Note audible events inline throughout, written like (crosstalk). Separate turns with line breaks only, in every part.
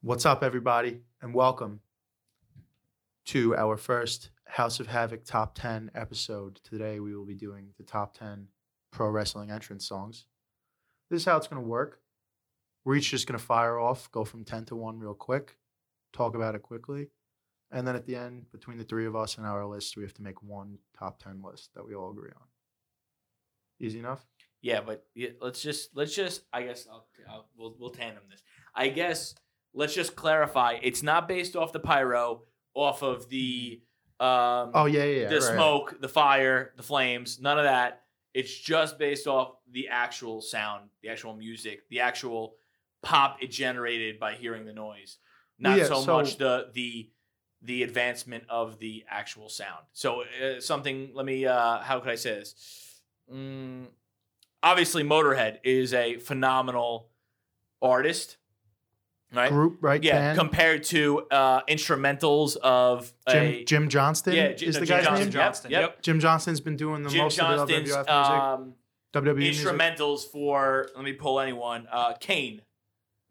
What's up, everybody, and welcome to our first House of Havoc Top 10 episode. Today, we will be doing the top 10 pro wrestling entrance songs. This is how it's going to work. We're each just going to fire off, go from 10 to 1 real quick, talk about it quickly. And then at the end, between the three of us and our list, we have to make one top 10 list that we all agree on. Easy enough?
Yeah, but yeah, let's just let's just I guess I'll, I'll we'll we'll tandem this. I guess let's just clarify. It's not based off the pyro, off of the um
Oh, yeah, yeah, yeah.
the
right.
smoke, the fire, the flames, none of that. It's just based off the actual sound, the actual music, the actual pop it generated by hearing the noise. Not
Yeah,
so,
so-
much the the the advancement of the actual sound. So uh, something. Let me. Uh, how could I say this? Mm, obviously, Motorhead is a phenomenal artist, right?
Group, right?
yeah,
band?
compared to uh, instrumentals of a
Jim, Jim Johnston
yeah, J-
is
no,
the
Jim
guy's
Johnston.
name.
Johnston. Yep. yep.
Jim Johnston's been doing the
Jim
most of the WWF
Johnston's
music.
um,
WWE music.
instrumentals for let me pull anyone. Uh, Kane,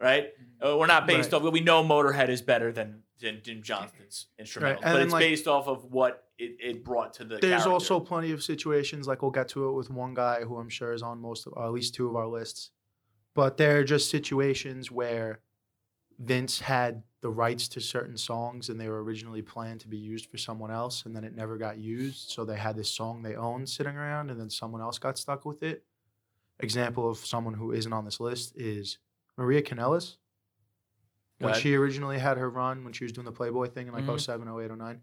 right? Uh, we're not based
Right.
off. We know Motorhead is better than than Jim Johnston's instrumentals,
and
but
then,
it's
like-
based off of what it, it brought to the.
There's
character.
also plenty of situations like we'll get to it with one guy who I'm sure is on most of, or at least two of our lists, but there are just situations where Vince had the rights to certain songs and they were originally planned to be used for someone else and then it never got used. So they had this song they owned sitting around and then someone else got stuck with it. Example of someone who isn't on this list is Maria Kanellis.
Go
When
ahead.
she originally had her run, when she was doing the Playboy thing in like
Mhm.
07, 08, 09,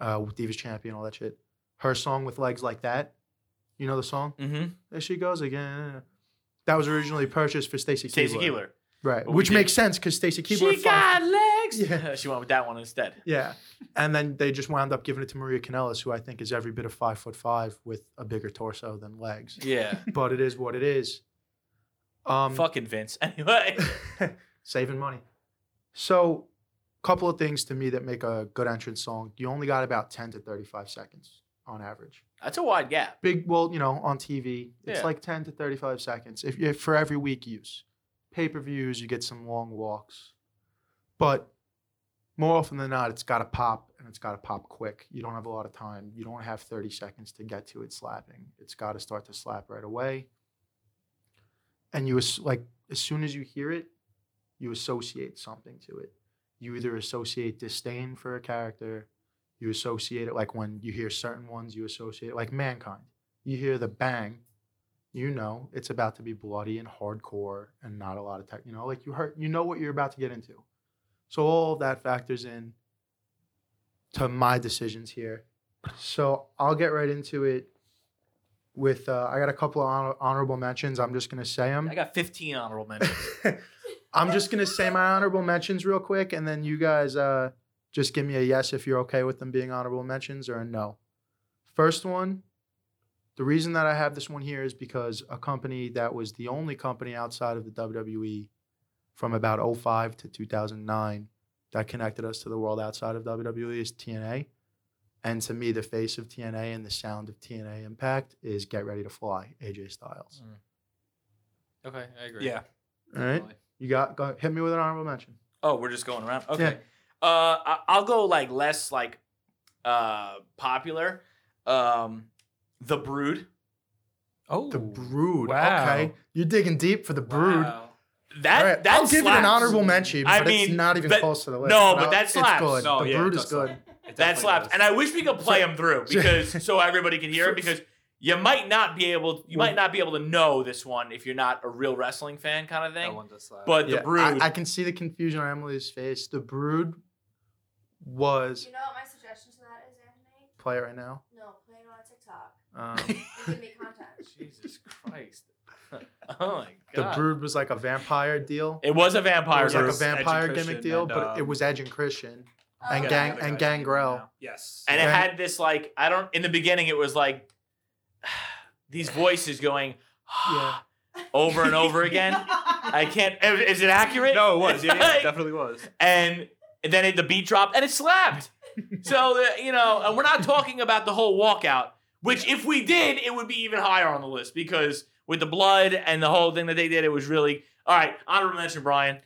uh, with Divas Champion, all that shit. Her song with legs like that. You know the song?
Mhm.
There she goes again. That was originally purchased for Stacy
Stacey
Keebler.
Keebler.
Right.
But we
Which
did-
makes sense because Stacy Keebler.
She got legs.
Yeah.
(laughs) she went with that
(laughs)
one instead.
Yeah. And then they just wound up giving it to Maria Kanellis, who I think is every bit of five foot five with a bigger torso than
(laughs)
legs.
Yeah,
But it is what it is. Um,
fucking Vince. (laughs)
(laughs)
Anyway,
saving money. So, couple of things to me that make a good entrance song. You only got about 10 to 35 seconds on average.
that's a wide gap.
Big, well, you know, on TV, it's
Yeah.
like 10 to 35 seconds if, if for every week use. Pay per views, you get some long walks. But more often than not, it's got to pop and it's got to pop quick. You don't have a lot of time. You don't have 30 seconds to get to it slapping. It's got to start to slap right away. And you, as- like, as soon as you hear it, you associate something to it. You either associate disdain for a character, you associate it like when you hear certain ones, you associate like mankind. You hear the bang, you know it's about to be bloody and hardcore and not a lot of tech. You know, like you heard, you know what you're about to get into. So all of that factors in to my decisions here. So I'll get right into it with uh, I got a couple of honor- honorable mentions. I'm just gonna say them.
I got 15
(laughs)
honorable mentions.
I'm just gonna say my honorable mentions real quick, and then you guys uh, just give me a yes if you're okay with them being honorable mentions or a no. First one, the reason that I have this one here is because a company that was the only company outside of the WWE from about 05 to 2009 that connected us to the world outside of WWE is TNA. And to me, the face of TNA and the sound of TNA Impact is Get Ready to Fly, AJ Styles.
Okay, I agree.
yeah.
All right, you got go, hit me with an honorable mention.
Oh, we're just going around. Okay. Uh, I- I'll go like less like uh popular. Um, the Brood.
Oh,
The Brood.
Wow.
Okay. You're digging deep for the Brood.
That
All right,
that
I'll give it an
slaps.
honorable mention, but
I
it's
mean,
not even
that-
close to the list.
no, but
I-
that slaps.
It's good.
No,
the
yeah,
Brood
it
is
does
good.
That slaps, and I wish we could play them through because so everybody can
(laughs)
hear it. Because you might not be able, you might not be able to know this one if you're not a real wrestling fan, kind of
That
thing.
one does slap.
But
Yeah,
the Brood,
I, I can see the confusion on Emily's face. The Brood was
You know what my suggestion to that is, Anthony?
play it right now.
No, play it on TikTok
(laughs)
Um,
and give me content.
Jesus Christ. (laughs)
oh my
the
god,
Brood was like a vampire deal.
it was a vampire.
It was like a
Brood.
vampire
Edge and
gimmick
Christian
deal,
and,
but it
um,
was Edge and
(gasps)
Christian. And
Oh,
gang-
okay.
and Gangrel.
Yes.
(laughs) and it
Right.
had this like I don't in the beginning it was like (sighs) these voices going (sighs)
Yeah.
over and over
(laughs)
again. I can't. Is it accurate?
no, it was. Yeah, yeah,
Like,
it definitely was.
and then it, the beat dropped and it slapped. so the, you know, and we're not talking about the whole walkout, which if we did, it would be even higher on the list because with the blood and the whole thing that they did, it was really all right. Honorable mention, Brian.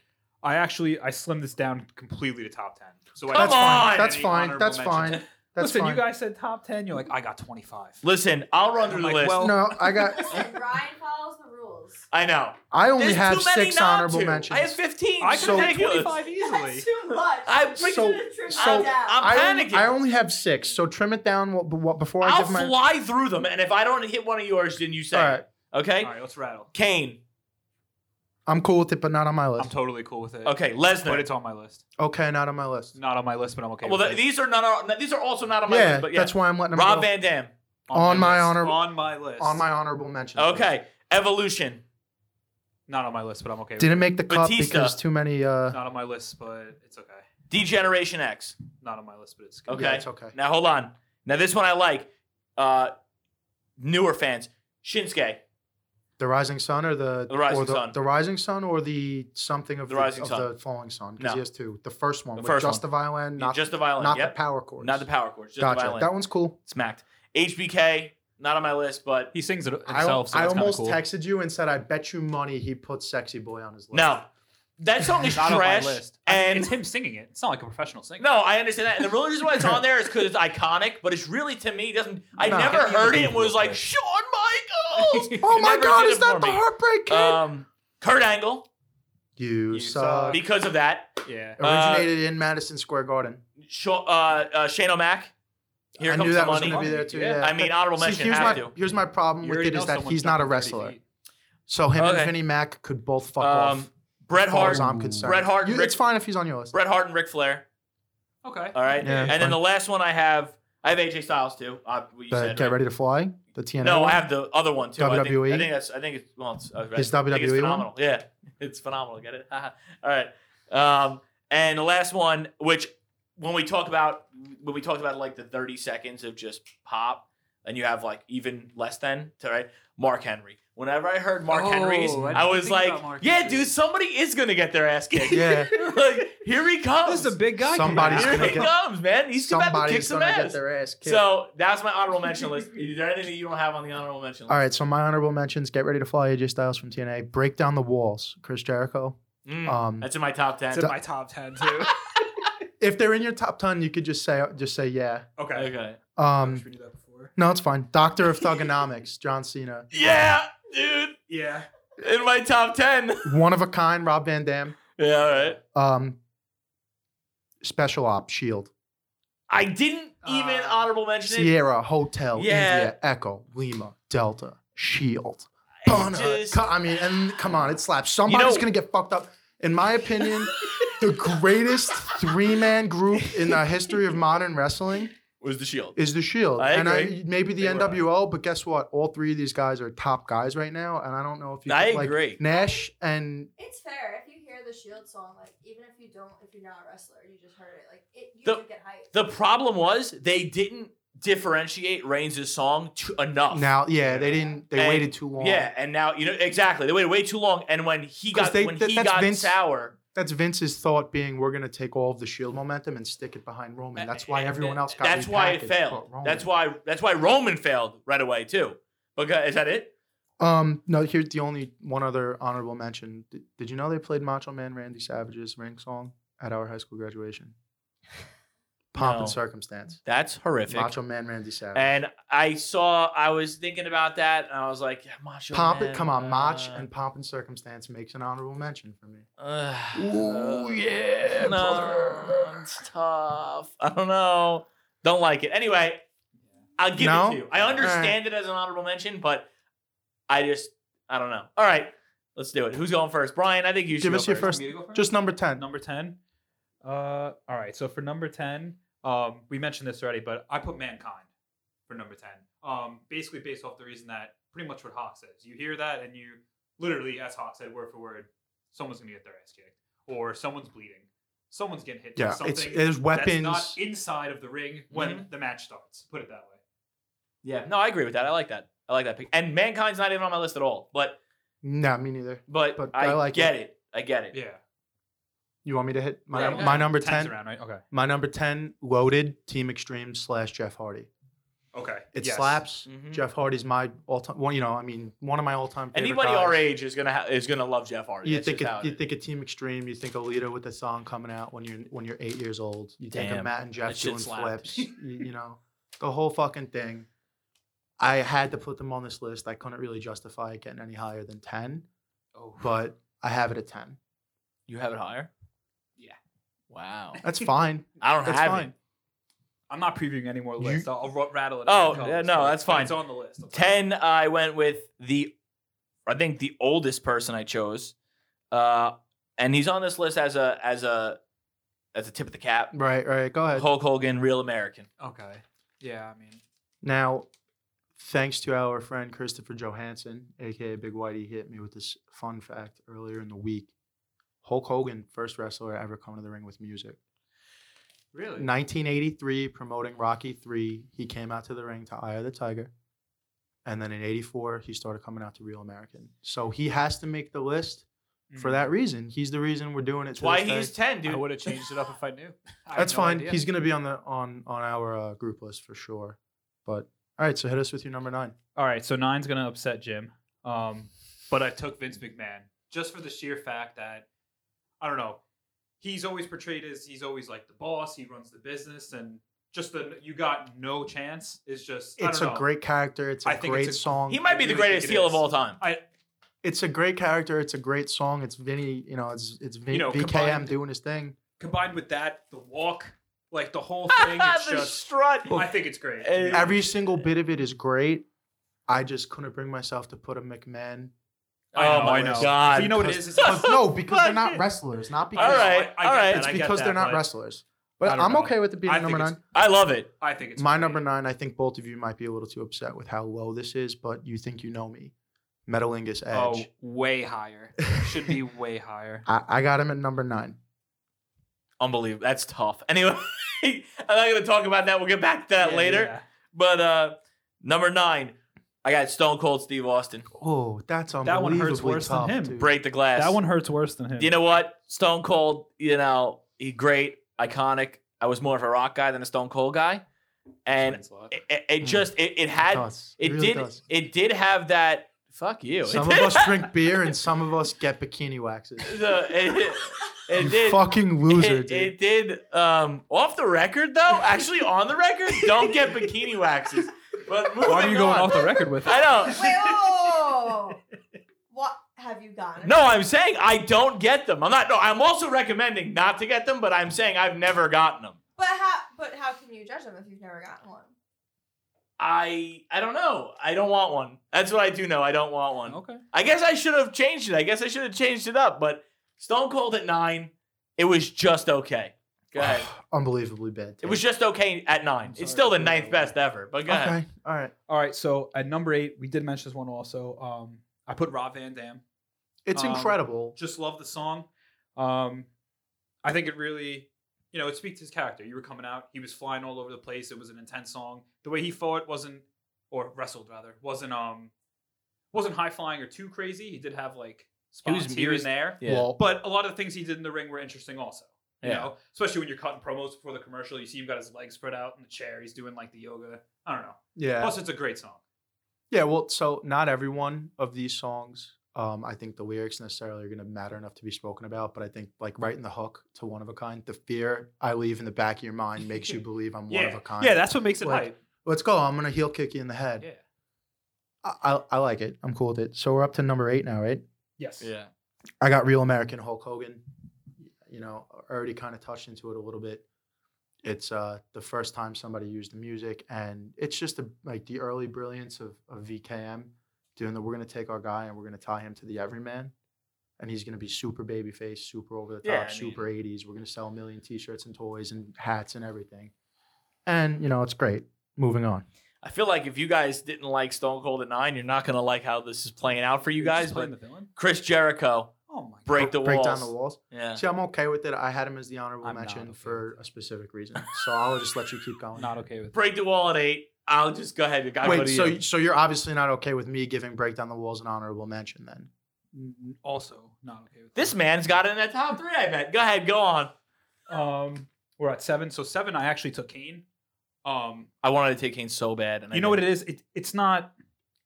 I actually I slimmed this down completely to top ten. So I
Come
that's fine.
on!
That's
Any
fine.
honorable
That's
mentions?
(laughs) fine. That's
listen,
fine.
you guys said top ten. You're like, I got twenty five.
Listen, I'll run
I'm
through the
like,
list.
well-
no,
(laughs)
I got.
Listen, Ryan follows the rules.
I know. (laughs)
I only
There's
have
too many
six
not
honorable
to.
mentions.
I have 15.
I
It's
could
So-
(laughs)
have
ridiculous.
twenty five easily.
That's too much.
I
We're
so-
gonna trim
so-
it down.
I'm
I only,
panicking.
I only have six, so trim it down wh- wh- before I
I'll
give my.
fly through them, and if I don't hit one of yours, then you say.
All
it.
right,
Okay,
All right, let's rattle.
Kane.
I'm cool with it, but not on my
I'm
list.
totally cool with it.
Okay,
but
Lesnar.
it's on my list.
okay, not on my list.
Not on my list, but I'm okay.
Well,
with
th-
it.
these are not. On, these are also not on my
yeah,
list. But yeah,
that's why I'm letting them
Rob
go.
Van Dam.
on my
list.
honor-
on my list
on my honorable mention.
Okay, Evolution.
not on my list, but I'm okay.
Didn't make the cut
Batista.
because too many. Uh,
with it. not on my list, but it's okay.
Degeneration X.
Not on my list, but it's good.
Okay.
Yeah, it's okay.
Now hold on. Now this one I like. Uh, newer fans. Shinsuke.
The Rising Sun or the,
The Rising
or the,
Sun.
the Rising Sun or the something of
The
the,
Rising
of
Sun.
the Falling Sun because
No.
he has two. The first one
The
with
first
just the violin, not
just the violin.
not
yep.
the power chords.
not the power chords. Just
gotcha.
the violin.
That one's cool.
Smacked. HBK. Not on my list, but
He sings it
I,
himself, so
I
that's kinda
almost
cool.
texted you and said, "I bet you money he put Sexy Boy on his list."
no. That
(laughs)
song is
Not on my
trash.
list. I mean,
And
it's him singing it. It's not like a professional singer.
No, I understand that. And the only reason why it's on there is because it's iconic, but it's really to me doesn't. I
Nah.
never heard it and
Unbelievable.
was like Shawn Michaels.
(laughs) Oh my
never
God!
did
Is
it
that
for
the
me.
Heartbreak Kid?
um, Kurt Angle
you
you
suck.
because of that.
Yeah.
uh,
Originated in Madison Square Garden.
Sha- uh, uh, Shane O'Mac. Here
I
comes
knew
the
that was
money.
going to be there too.
Yeah.
Yeah.
I mean, honorable
See,
mention
here's
have
my
to.
here's my problem
You
with
already
it
know
is that
someone's
he's not a
jumping 30
wrestler.
feet.
So him
Okay.
and Vinnie Mac could both fuck
Um,
off.
Bret
As far
Hart,
as I'm concerned.
Bret Hart and
You-
Ric-
it's fine if he's on your list.
Bret Hart and Ric Flair.
Okay.
All right,
Yeah,
and
fine.
then the last one I have, I have AJ Styles too. Uh, what you
The
said,
Get
right?
Ready to Fly, the TNA.
No,
one.
I have the other one too. I think- I
WWE?
think, that's. I think it's. Well, it's, uh,
His
I think it's
WWE one?
phenomenal. Yeah, (laughs) it's phenomenal. Get it? (laughs) All right. Um, and the last one, which when we talk about when we talked about like the thirty seconds of just pop, and you have like even less than to right Mark Henry. Whenever I heard Mark
Oh,
Henry's,
I
I
didn't
was
think
like,
about Mark
"Yeah,
Henry."
dude, somebody is gonna get their ass kicked."
Yeah.
(laughs) like here he comes.
Oh, This is a big guy.
Somebody's
here
coming out.
gonna
he
get-
comes, man. He's about to kick
Somebody's
some
going to
ass.
get their ass kicked.
So that's my honorable mention list. Is there anything that you don't have on the honorable mention list?
all right, so my honorable mentions: Get Ready to Fly, AJ Styles from TNA, Break Down the Walls, Chris Jericho.
Mm,
Um,
that's in my top ten.
It's in my top ten too.
if they're in your top ten, you could just say just say yeah.
(laughs) okay.
okay.
I
Um,
wish we knew that before.
no, it's fine. Doctor of Thugonomics, John Cena,
Yeah, dude,
Yeah.
in my top ten. (laughs)
One of a Kind, Rob Van Dam,
Yeah, all right.
um, Special Op, Shield,
I didn't even
Uh,
honorable mention it.
Sierra, Hotel,
Yeah.
India, Echo, Lima, Delta, Shield.
I
E Bono.
just-
Co- I mean, and come on, it slaps. Somebody's
know-
gonna get fucked up. In my
(laughs)
opinion, the greatest three-man group in the history of modern wrestling
was the Shield.
is the Shield,
I
and
agree.
I, maybe the
They were.
NWO. But guess what? All three of these guys are top guys right now, and I don't know if you.
I
could, like,
agree.
Nash and
It's fair if you hear the Shield song, like even if you don't, if you're not a wrestler, you just heard it, like it, you
The-
would get
(laughs)
hyped.
The problem was they didn't differentiate Reigns' song to, enough.
now, yeah, they didn't. They
And-
waited too long.
yeah, and now you know exactly. They waited way too long, and when he
'Cause
got
they-
when
that-
he
that's
got
Vince-
sour,
that's Vince's thought being we're gonna take all of the Shield momentum and stick it behind Roman. That's why
And
everyone
th-
else got.
That's why it
repackaged,
failed.
but Roman.
That's why. That's why Roman failed right away too. Because is that it?
Um, no, here's the only one other honorable mention. Did, did you know they played Macho Man Randy Savage's ring song at our high school
(laughs)
graduation? Pomp
No.
and Circumstance.
That's horrific.
Macho Man Randy Savage.
And I saw, I was thinking about that, and I was like, yeah, Macho.
Pomp,
Man,
come on,
uh,
Mach and Pomp and Circumstance makes an honorable mention for me.
Uh, (sighs)
Ooh,
uh,
yeah,
no,
brother.
it's tough. I don't know. Don't like it. Anyway, I'll give it
No?
to you. I understand it as an honorable mention, but I just, I don't know. All right, let's do it. Who's going first? Brian, I think you should
Give
go
us your
first.
first-
Want me to go first?
Just number 10.
number 10 uh all right so for number 10 um we mentioned this already but i put mankind for number 10 um basically based off the reason that pretty much what hawk says you hear that and you literally as hawk said word for word someone's gonna get their ass kicked or someone's bleeding someone's getting hit
Yeah,
by
it's,
something
there's
that's
weapons.
not inside of the ring when
Mm-hmm.
the match starts put it that way
Yeah, no, I agree with that. I like that. I like that pick. And Mankind's not even on my list at all, but
no, me neither.
but,
But
I,
I like
get it. I get it.
yeah
You want me to hit my,
Yeah,
my number
10's
10?
around right okay
My number 10, loaded Team Extreme slash Jeff Hardy.
Okay.
It
yes.
slaps.
Mhm.
Jeff Hardy's my all time. One, you know, I mean, one of my all time.
Anybody our age is gonna ha- is gonna love Jeff Hardy.
You
That's
think
just
it,
how it
you
is.
think of Team Extreme. You think of Lita with the song coming out when you're when you're eight years old. You think
Damn,
of Matt and Jeff
that shit
doing
slapped. (laughs)
flips. you, you know, the whole fucking thing. I had to put them on this list. I couldn't really justify it getting any higher than ten,
Oh.
but I have it at ten.
you have it higher?
Yeah.
Wow.
That's fine.
(laughs) I don't
That's
have
fine.
it.
I'm not previewing any more
You-
lists. I'll, I'll ru- rattle it.
Oh,
as it comes,
yeah, no,
but
that's fine.
It's on the list. I'll tell you.
Ten. I went with the, I think the oldest person I chose, uh, and he's on this list as a as a as a tip of the cap.
Right, right. Go ahead.
Hulk Hogan, real American.
Okay. Yeah, I mean,
Now, thanks to our friend Christopher Johansson, aka Big Whitey, he hit me with this fun fact earlier in the week. Hulk Hogan, first wrestler ever come to the ring with music.
really.
1983, promoting Rocky 3, he came out to the ring to Eye of the Tiger. And then in 84, he started coming out to Real American. So he has to make the list
Mm-hmm.
for
Mm.
that reason. He's the reason we're doing it.
That's
to
why
this day.
he's ten,
I
dude.
would have changed it up if I knew.
(laughs) I had
That's
no
fine.
idea.
He's going to be on the on on our uh, group list for sure. But all right, so hit us with your number 9.
All right, so nine's gonna upset Jim, um, but I took Vince McMahon just for the sheer fact that I don't know. He's always portrayed as he's always like the boss. He runs the business, and just the you got no chance is just. I
It's
don't
a
know.
great character. It's a
I think
great
it's a-
song.
He might be the
I really think
greatest
it
heel of
is.
all time.
I
it's a great character. It's a great song. It's Vinny. You know, it's it's Vin,
You know,
VKM
combined-
doing his thing.
combined with that the walk, like
(laughs)
the whole thing. It's
the
just.
strut.
I think it's great.
Uh,
Yeah.
Every single bit of it is great. I just couldn't bring myself to put a McMahon.
I know,
oh my
I know.
god.
you know what it is? It's
But
(laughs)
no, because they're not wrestlers. Not because
All right,
I- I
all
get
right.
that,
it's
I get
because
that,
they're not
but
wrestlers.
I
But
don't
I'm
know.
okay with it being
I
number
think it's-
nine.
I love it.
I think it's
My
great.
number nine. I think both of you might be a little too upset with how low this is, but you think you know me. Metalingus
Oh,
Edge.
way higher. Should be way higher.
(laughs) I, I got him at number nine.
Unbelievable. That's tough. (laughs) Anyway, I'm not gonna talk about that. We'll get back to (laughs) that
Yeah,
later.
yeah.
But uh number nine, I got Stone Cold Steve Austin.
Oh, that's unbelievably
That one hurts worse than
tough,
him.
dude.
Break the glass.
That one hurts worse than him.
You know what? Stone Cold, you know, he great, iconic. I was more of a rock guy than a Stone Cold guy. And
Explains a lot.
it, it- it
Mm.
just it, it
It,
had
does.
it,
really
did
does.
it did have that fuck you. It
Some of
did (laughs)
us
have
drink beer and some of us get bikini waxes.
the- it, it
you
did
fucking loser,
it,
dude.
it did um off the record though. Actually on the record, don't get bikini waxes. But
Why are
moving
you going
on.
off the record
(laughs)
with?
I
Wait,
don't
oh! (laughs) what have you gotten?
No, I'm saying I don't get them. I'm not. No, I'm also recommending not to get them, but I'm saying I've never gotten them.
But how? But how can you judge them if you've never gotten one?
I I don't know. I don't want one. That's what I do know. I don't want one.
Okay.
I guess I should have changed it. I guess I should have changed it up. But Stone Cold at nine, it was just okay. Go ahead.
(sighs) Unbelievably bad.
(sighs) it was
take.
just okay at nine.
sorry
It's still the
to hear
ninth
that.
best ever. But go ahead.
okay. All right.
All right, so at number eight, we did mention this one also. Um, I put Rob Van Dam.
It's
Um,
incredible.
Just love the song. Um, I think it really, you know, it speaks to his character. You were coming out, he was flying all over the place. It was an intense song. The way he fought wasn't, or wrestled rather, wasn't um, wasn't high flying or too crazy. He did have like
He was-
spots
he
here
was-
and there,
Yeah.
Well,
but a lot of the things he did in the ring were interesting also. You
Yeah.
know, especially when you're cutting promos before the commercial, you see him got his legs spread out in the chair. He's doing like the yoga. I don't know.
yeah.
Plus, it's a great song.
Yeah. Well, so not every one of these songs, um, I think the lyrics necessarily are going to matter enough to be spoken about, but I think like right in the hook to one of a kind, the fear I leave in the back of your mind makes
(laughs)
you believe I'm one of a kind.
Yeah, that's what makes it
Like,
hype.
Let's go. I'm going to heel kick you in the head.
Yeah.
I, I, I like it. I'm cool with it. So we're up to number eight now, right?
Yes.
Yeah.
I got real American Hulk Hogan. You know, already kind of touched into it a little bit. It's uh, the first time somebody used the music, and it's just a, like the early brilliance of, of VKM doing the we're going to take our guy and we're going to tie him to the everyman, and he's going to be super babyface, super over the top,
Yeah, I mean-
super 80s. We're going to sell a million t shirts and toys and hats and everything. And, you know, it's great. Moving on.
I feel like if you guys didn't like Stone Cold at nine, you're not gonna like how this is playing out for you
He's
guys.
just playing
But
the villain.
Chris Jericho,
Oh my
break the
Break
walls.
down the walls.
Yeah.
See, I'm okay with it. I had him as the honorable
I'm not
mention
okay
for a specific reason. So I'll just let you keep going.
god. Not okay with
Break the wall at eight. I'll just go ahead. I'll go
Wait,
to
so
you.
so you're obviously not okay with me giving Break Down the Walls an honorable mention then?
N- Also not okay with
This man's got it in that top three, I bet. Go ahead, go on.
Um, we're at seven. So seven, I actually took Kane. Um,
I wanted to take Kane so bad, and I
you know what
didn't.
it is? It, it's not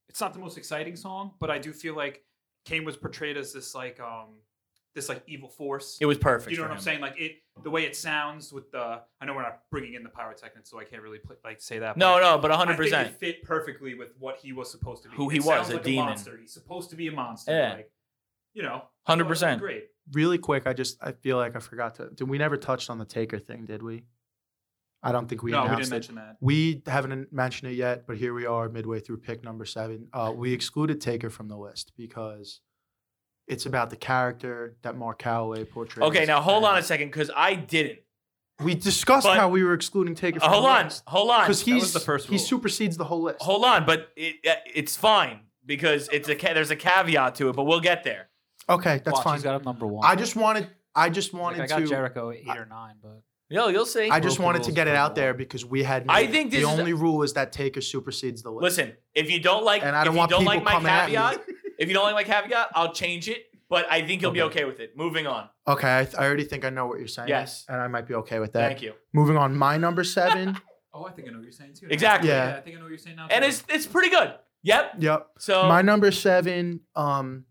it's not the most exciting song, but I do feel like Kane was portrayed as this like um this like evil force.
It was perfect.
you know
for
what I'm
him.
saying? Like it the way it sounds with the I know we're not bringing in the pyrotechnics, so I can't really pl- like say that.
No,
but
no, but 100.
I think
percent
it fit perfectly with what he was supposed to be.
Who
It
he was,
sounds
a
like
demon.
monster. He's supposed to be a monster.
Yeah.
Like, you know,
100%.
Great.
Really quick, I just I feel like I forgot to. Did we never touched on the Taker thing? Did we? I don't think we
no, we
announced
didn't
it.
mention that.
We haven't mentioned it yet, but here we are midway through pick number seven. Uh, we excluded Taker from the list because it's about the character that Mark Calloway portrays.
Okay, now hold
And
on a second, because I didn't.
We discussed
But- Uh,
how we were excluding Taker from
hold
the
on,
list.
hold on,
Because he's
the first
he
rule.
supersedes the whole list.
hold on. But it, uh, it's fine because it's a ca- there's a caveat to it, but we'll get there.
okay, that's
Watch,
fine.
He's got him number one.
I just wanted I just wanted
like, I got
to
Jericho eight
I-
or nine, but
Yo, you'll see.
I just
Broken
wanted to
rules,
get it
broken
out there because we had
I
made-
think
the
this is-
only rule is that Taker supersedes the list.
Listen, if you don't like,
And I don't
if
want
you don't
people
like my
coming at me.
caveat, if you don't like my caveat, I'll change it. But I think you'll be okay with it. Moving on.
Okay, I, th- I already think I know what you're saying.
Yes.
and I might be okay with that.
Thank you.
Moving on, my number
(laughs)
seven.
Oh, I think I know what you're saying too.
Exactly.
Yeah.
I think I know what you're saying now.
And
too.
it's it's pretty good. Yep.
yep.
So
My number seven, um,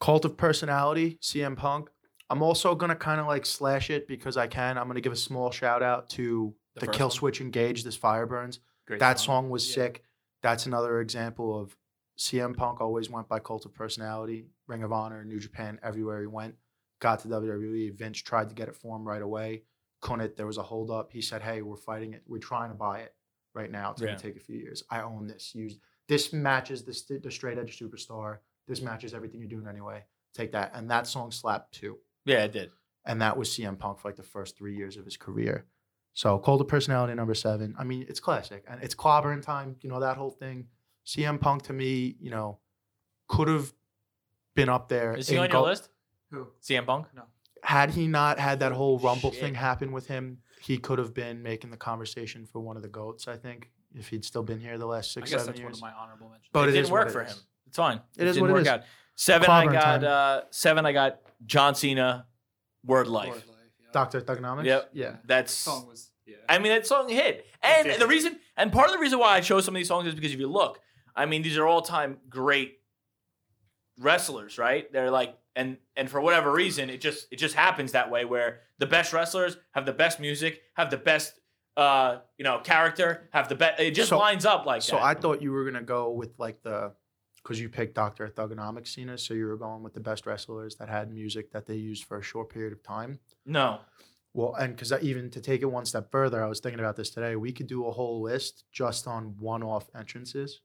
Cult of Personality, CM Punk. I'm also gonna kind of like slash it because I can. I'm gonna give a small shout out to
The
the,
first
Kill
one?
Switch Engage. This fire burns.
Great
that song was
Yeah.
sick. That's another example of CM Punk always went by Cult of Personality, Ring of Honor, New Japan, everywhere he went. Got to WWE. Vince tried to get it for him right away. Couldn't. There was a holdup. He said, "Hey, we're fighting it. We're trying to buy it right now. It's
Yeah.
gonna take a few years. I own this. Use this matches the, st- the straight edge superstar. This matches everything you're doing anyway. Take that. And that song slapped too.
yeah, it did.
And that was CM Punk for like the first three years of his career. So Cold of Personality number seven. I mean, it's classic and it's clobbering time. You know that whole thing. CM Punk to me, you know, could have been up there.
Is he
in
on your
Gold-
list?
Who?
CM Punk.
Had he not had that whole Rumble
Shit.
thing happen with him, he could have been making the conversation for one of the goats. I think if he'd still been here the last
I
six,
guess
seven
that's
years.
one of my honorable mentions.
but
it,
is
didn't
what
work for
is.
him. It's fine.
It is
didn't
what it
work
is.
out. Seven.
Clobbering
I got
time.
uh, seven. I got John Cena. Word life.
Lord Life, yeah.
Doctor Thugonomics.
Yep.
Yeah.
That's
song was yeah.
I mean, that song hit.
It
And
did.
the reason, and part of the reason why I chose some of these songs is because if you look, I mean, these are all time great wrestlers, right? They're like, and and for whatever reason, it just it just happens that way where the best wrestlers have the best music, have the best, uh, you know, character, have the best. It just
So-
lines up like
So
that.
I thought you were gonna go with like the, because you picked Doctor Thugonomics Cena, so you were going with the best wrestlers that had music that they used for a short period of time.
no,
Well, and because even to take it one step further, I was thinking about this today. We could do a whole list just on one-off entrances,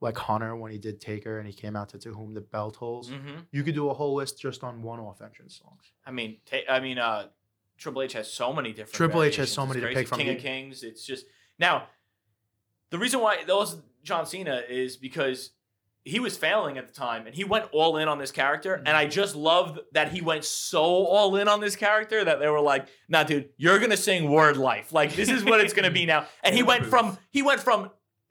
like Hunter when he did Taker and he came out to "To Whom the Bell Tolls."
hmm
You could do a whole list just on one-off entrance songs.
I mean, ta- I mean, uh, Triple H has so many different.
Triple H has
variations.
so
It's
many to
crazy.
pick from.
King of
He-
Kings. It's just now. The reason why those John Cena is because he was failing at the time, and he went all in on this character.
Mm-hmm.
And I just love that he went so all in on this character that they were like, "Nah, dude, you're gonna sing Word Life. Like this is what it's gonna
(laughs)
be now." And he went from he went from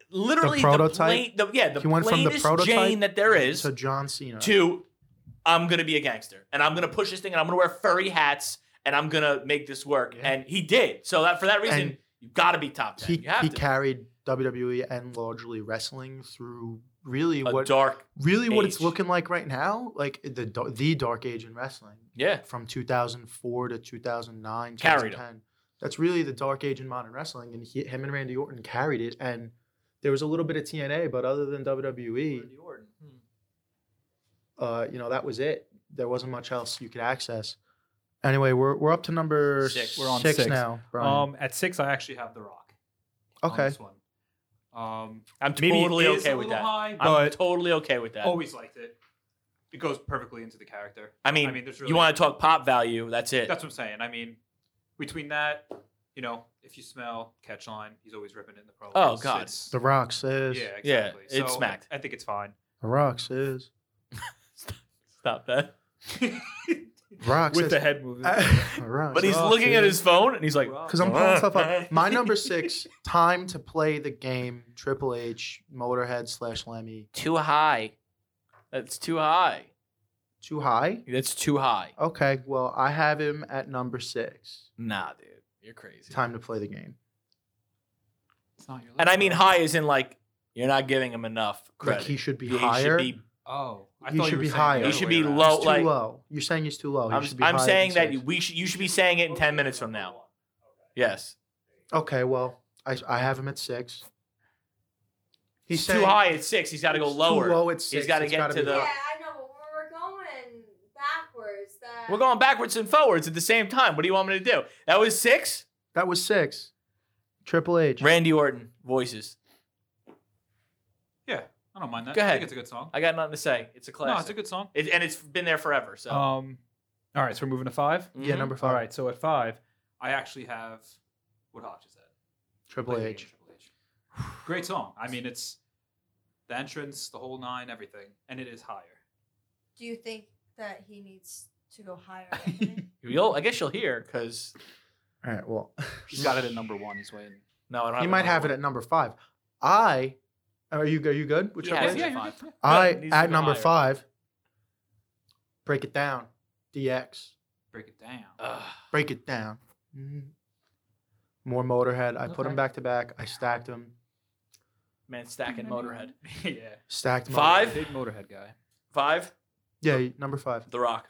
literally the,
prototype?
plain- the- yeah, the
He went from the
plainest
prototype
Jane that there is
So John Cena.
to I'm gonna be a gangster and I'm gonna push this thing and I'm gonna wear furry hats and I'm gonna make this work.
Yeah.
And he did. So that for that reason,
And
you gotta be top ten.
he
you have
he
to.
carried WWE and largely wrestling through really
a
what
dark,
really what it's
age.
looking like right now, like eh, the dar- the dark age in wrestling
yeah,
from 2004 to 2009,
Carried 'em.
2010. That's really the dark age in modern wrestling, and he, him and Randy Orton carried it. And there was a little bit of TNA, but other than WWE,
Randy Orton. Hmm.
uh, you know, that was it. There wasn't much else you could access. Anyway, we're we're up to number
Six.
6
We're on six.
now. Brian.
Um, at six, I actually have The Rock. on
okay,
this one. Um,
I'm
maybe it
totally
is
okay
a
with
little
that.
high,
I'm
but Oh,
totally okay with that.
always liked it. It goes perfectly into the character.
I mean,
I mean, there's really
you want to talk pop value? That's it.
That's what I'm saying. I mean, between that, you know, if you smell catch line, he's always ripping it in the pro.
Oh, God.
the Rock says,
yeah, exactly.
Yeah, it
so
smacked.
I think it's fine.
the Rock says,
Stop
(laughs)
that.
Rock says,
head movement.
(laughs) the Rock
(laughs) But he's
says-
looking at his phone and he's like,
Because I'm pulling stuff up.
(laughs)
My number six, time to play the game. Triple H, Motorhead slash Lemmy.
too high. That's too high.
Too high?
That's too high.
Okay, well, I have him at number six.
Nah, dude, you're crazy.
Time to play the game.
It's not your.
And I mean
list.
high is in like you're not giving him enough
Like
credit.
he should be
He
higher.
should be,
Oh, I
You
thought
should
you were
be
saying
higher.
the
You
other
should
way
be
around.
low,
He's too
like-
low. You're saying he's too low. Oh, He
I'm,
should be
I'm
higher
saying
than
that
six.
we should, you should be saying it in 10 minutes from now. Yes.
Okay, well, I, I have him at six.
He's
saying
too high at six. He's got to go
it's too
lower.
Low at six.
gotta
It's
get
gotta
to
be
the-
high.
yeah, I know, but we're going backwards. That
We're going backwards and forwards at the same time. What do you want me to do? That was six.
That was six. Triple H.
Randy Orton voices.
Yeah, I don't mind that.
Go
I
ahead.
think it's a good song.
I got nothing to say. It's a classic.
No, it's a good song.
It, and it's been there forever. So
Um, all right, so we're moving to five.
Oh, Yeah,
Mhm.
number five.
All right, so at five,
I actually have what Hodge is at.
Triple
Play the
H.
game, Triple H. Great song. I mean, it's the entrance, the whole nine, everything, and it is higher.
Do you think that he needs to
(laughs)
go higher? Anthony?
you'll, I guess you'll hear because
All right, well,
He's got it at number one. He's waiting.
no, I don't.
you
have
might
another
have
one.
it at number five. I. Are you, are you good? with
Yeah,
Triple H?
I think
yeah,
it's
you're
fine.
good, yeah.
I
it needs to
at
go
number
higher.
five. Break it down, DX.
Break it
(laughs)
down.
Ugh.
Break it down. Mm. More Motorhead. I put them
Okay.
back to back. I stacked them.
man, stacking Motorhead.
yeah.
Stacked 'em up.
Five?
Big Motorhead guy.
Five.
Yeah, you- number five.
The Rock.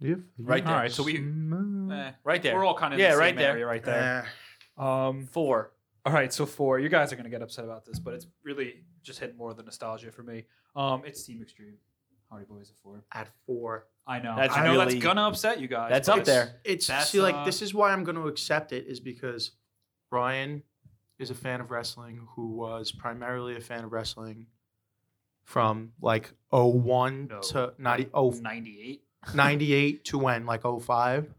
You
Right there.
All right, so we-
Eh,
Right Hmm. there.
We're all kind of in
Yeah,
the
right
same
there.
area right there.
there.
um,
Four.
all right, so four. You guys are gonna get upset about this, but it's really just hit more of the nostalgia for me. Um, it's Team Extreme, Hardy Boys at four.
At four.
I know.
That's
I know
really-
that's gonna upset you guys.
That's
but
up
it's-
there.
It's
That's,
see, like
uh,
this is why I'm going to accept it is because Brian is a fan of wrestling who was primarily a fan of wrestling from like 01
No.
to 90, oh,
98.
98 to when like 05.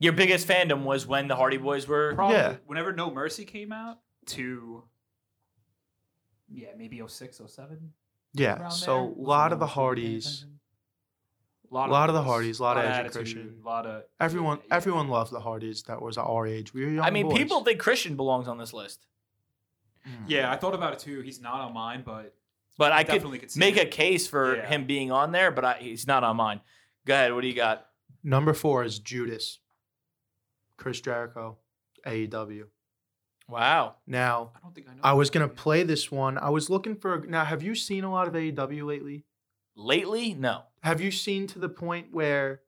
Your biggest fandom was when the Hardy Boys were.
Probably.
Yeah.
Whenever No Mercy came out to, yeah, maybe 06, 07.
Yeah. So a lot of the Hardys,
A lot,
Lot of the
those.
Hardys, lot of Edge and
attitude,
Christian.
lot of
everyone
yeah, yeah.
everyone loved the Hardys that was our age. We were young
I mean,
boys.
people think Christian belongs on this list,
Mm.
Yeah, I thought about it too. He's not on mine, but
but I could
definitely could, see
make a
it.
case for
Yeah.
him being on there, but I, he's not on mine. Go ahead. What do you got?
Number four is Judas, Chris Jericho, AEW.
Wow.
Now
I don't think I know.
I
that
was gonna
movie.
play this one. I was looking for. Now, have you seen a lot of AEW lately?
Lately, no.
Have you seen to the point where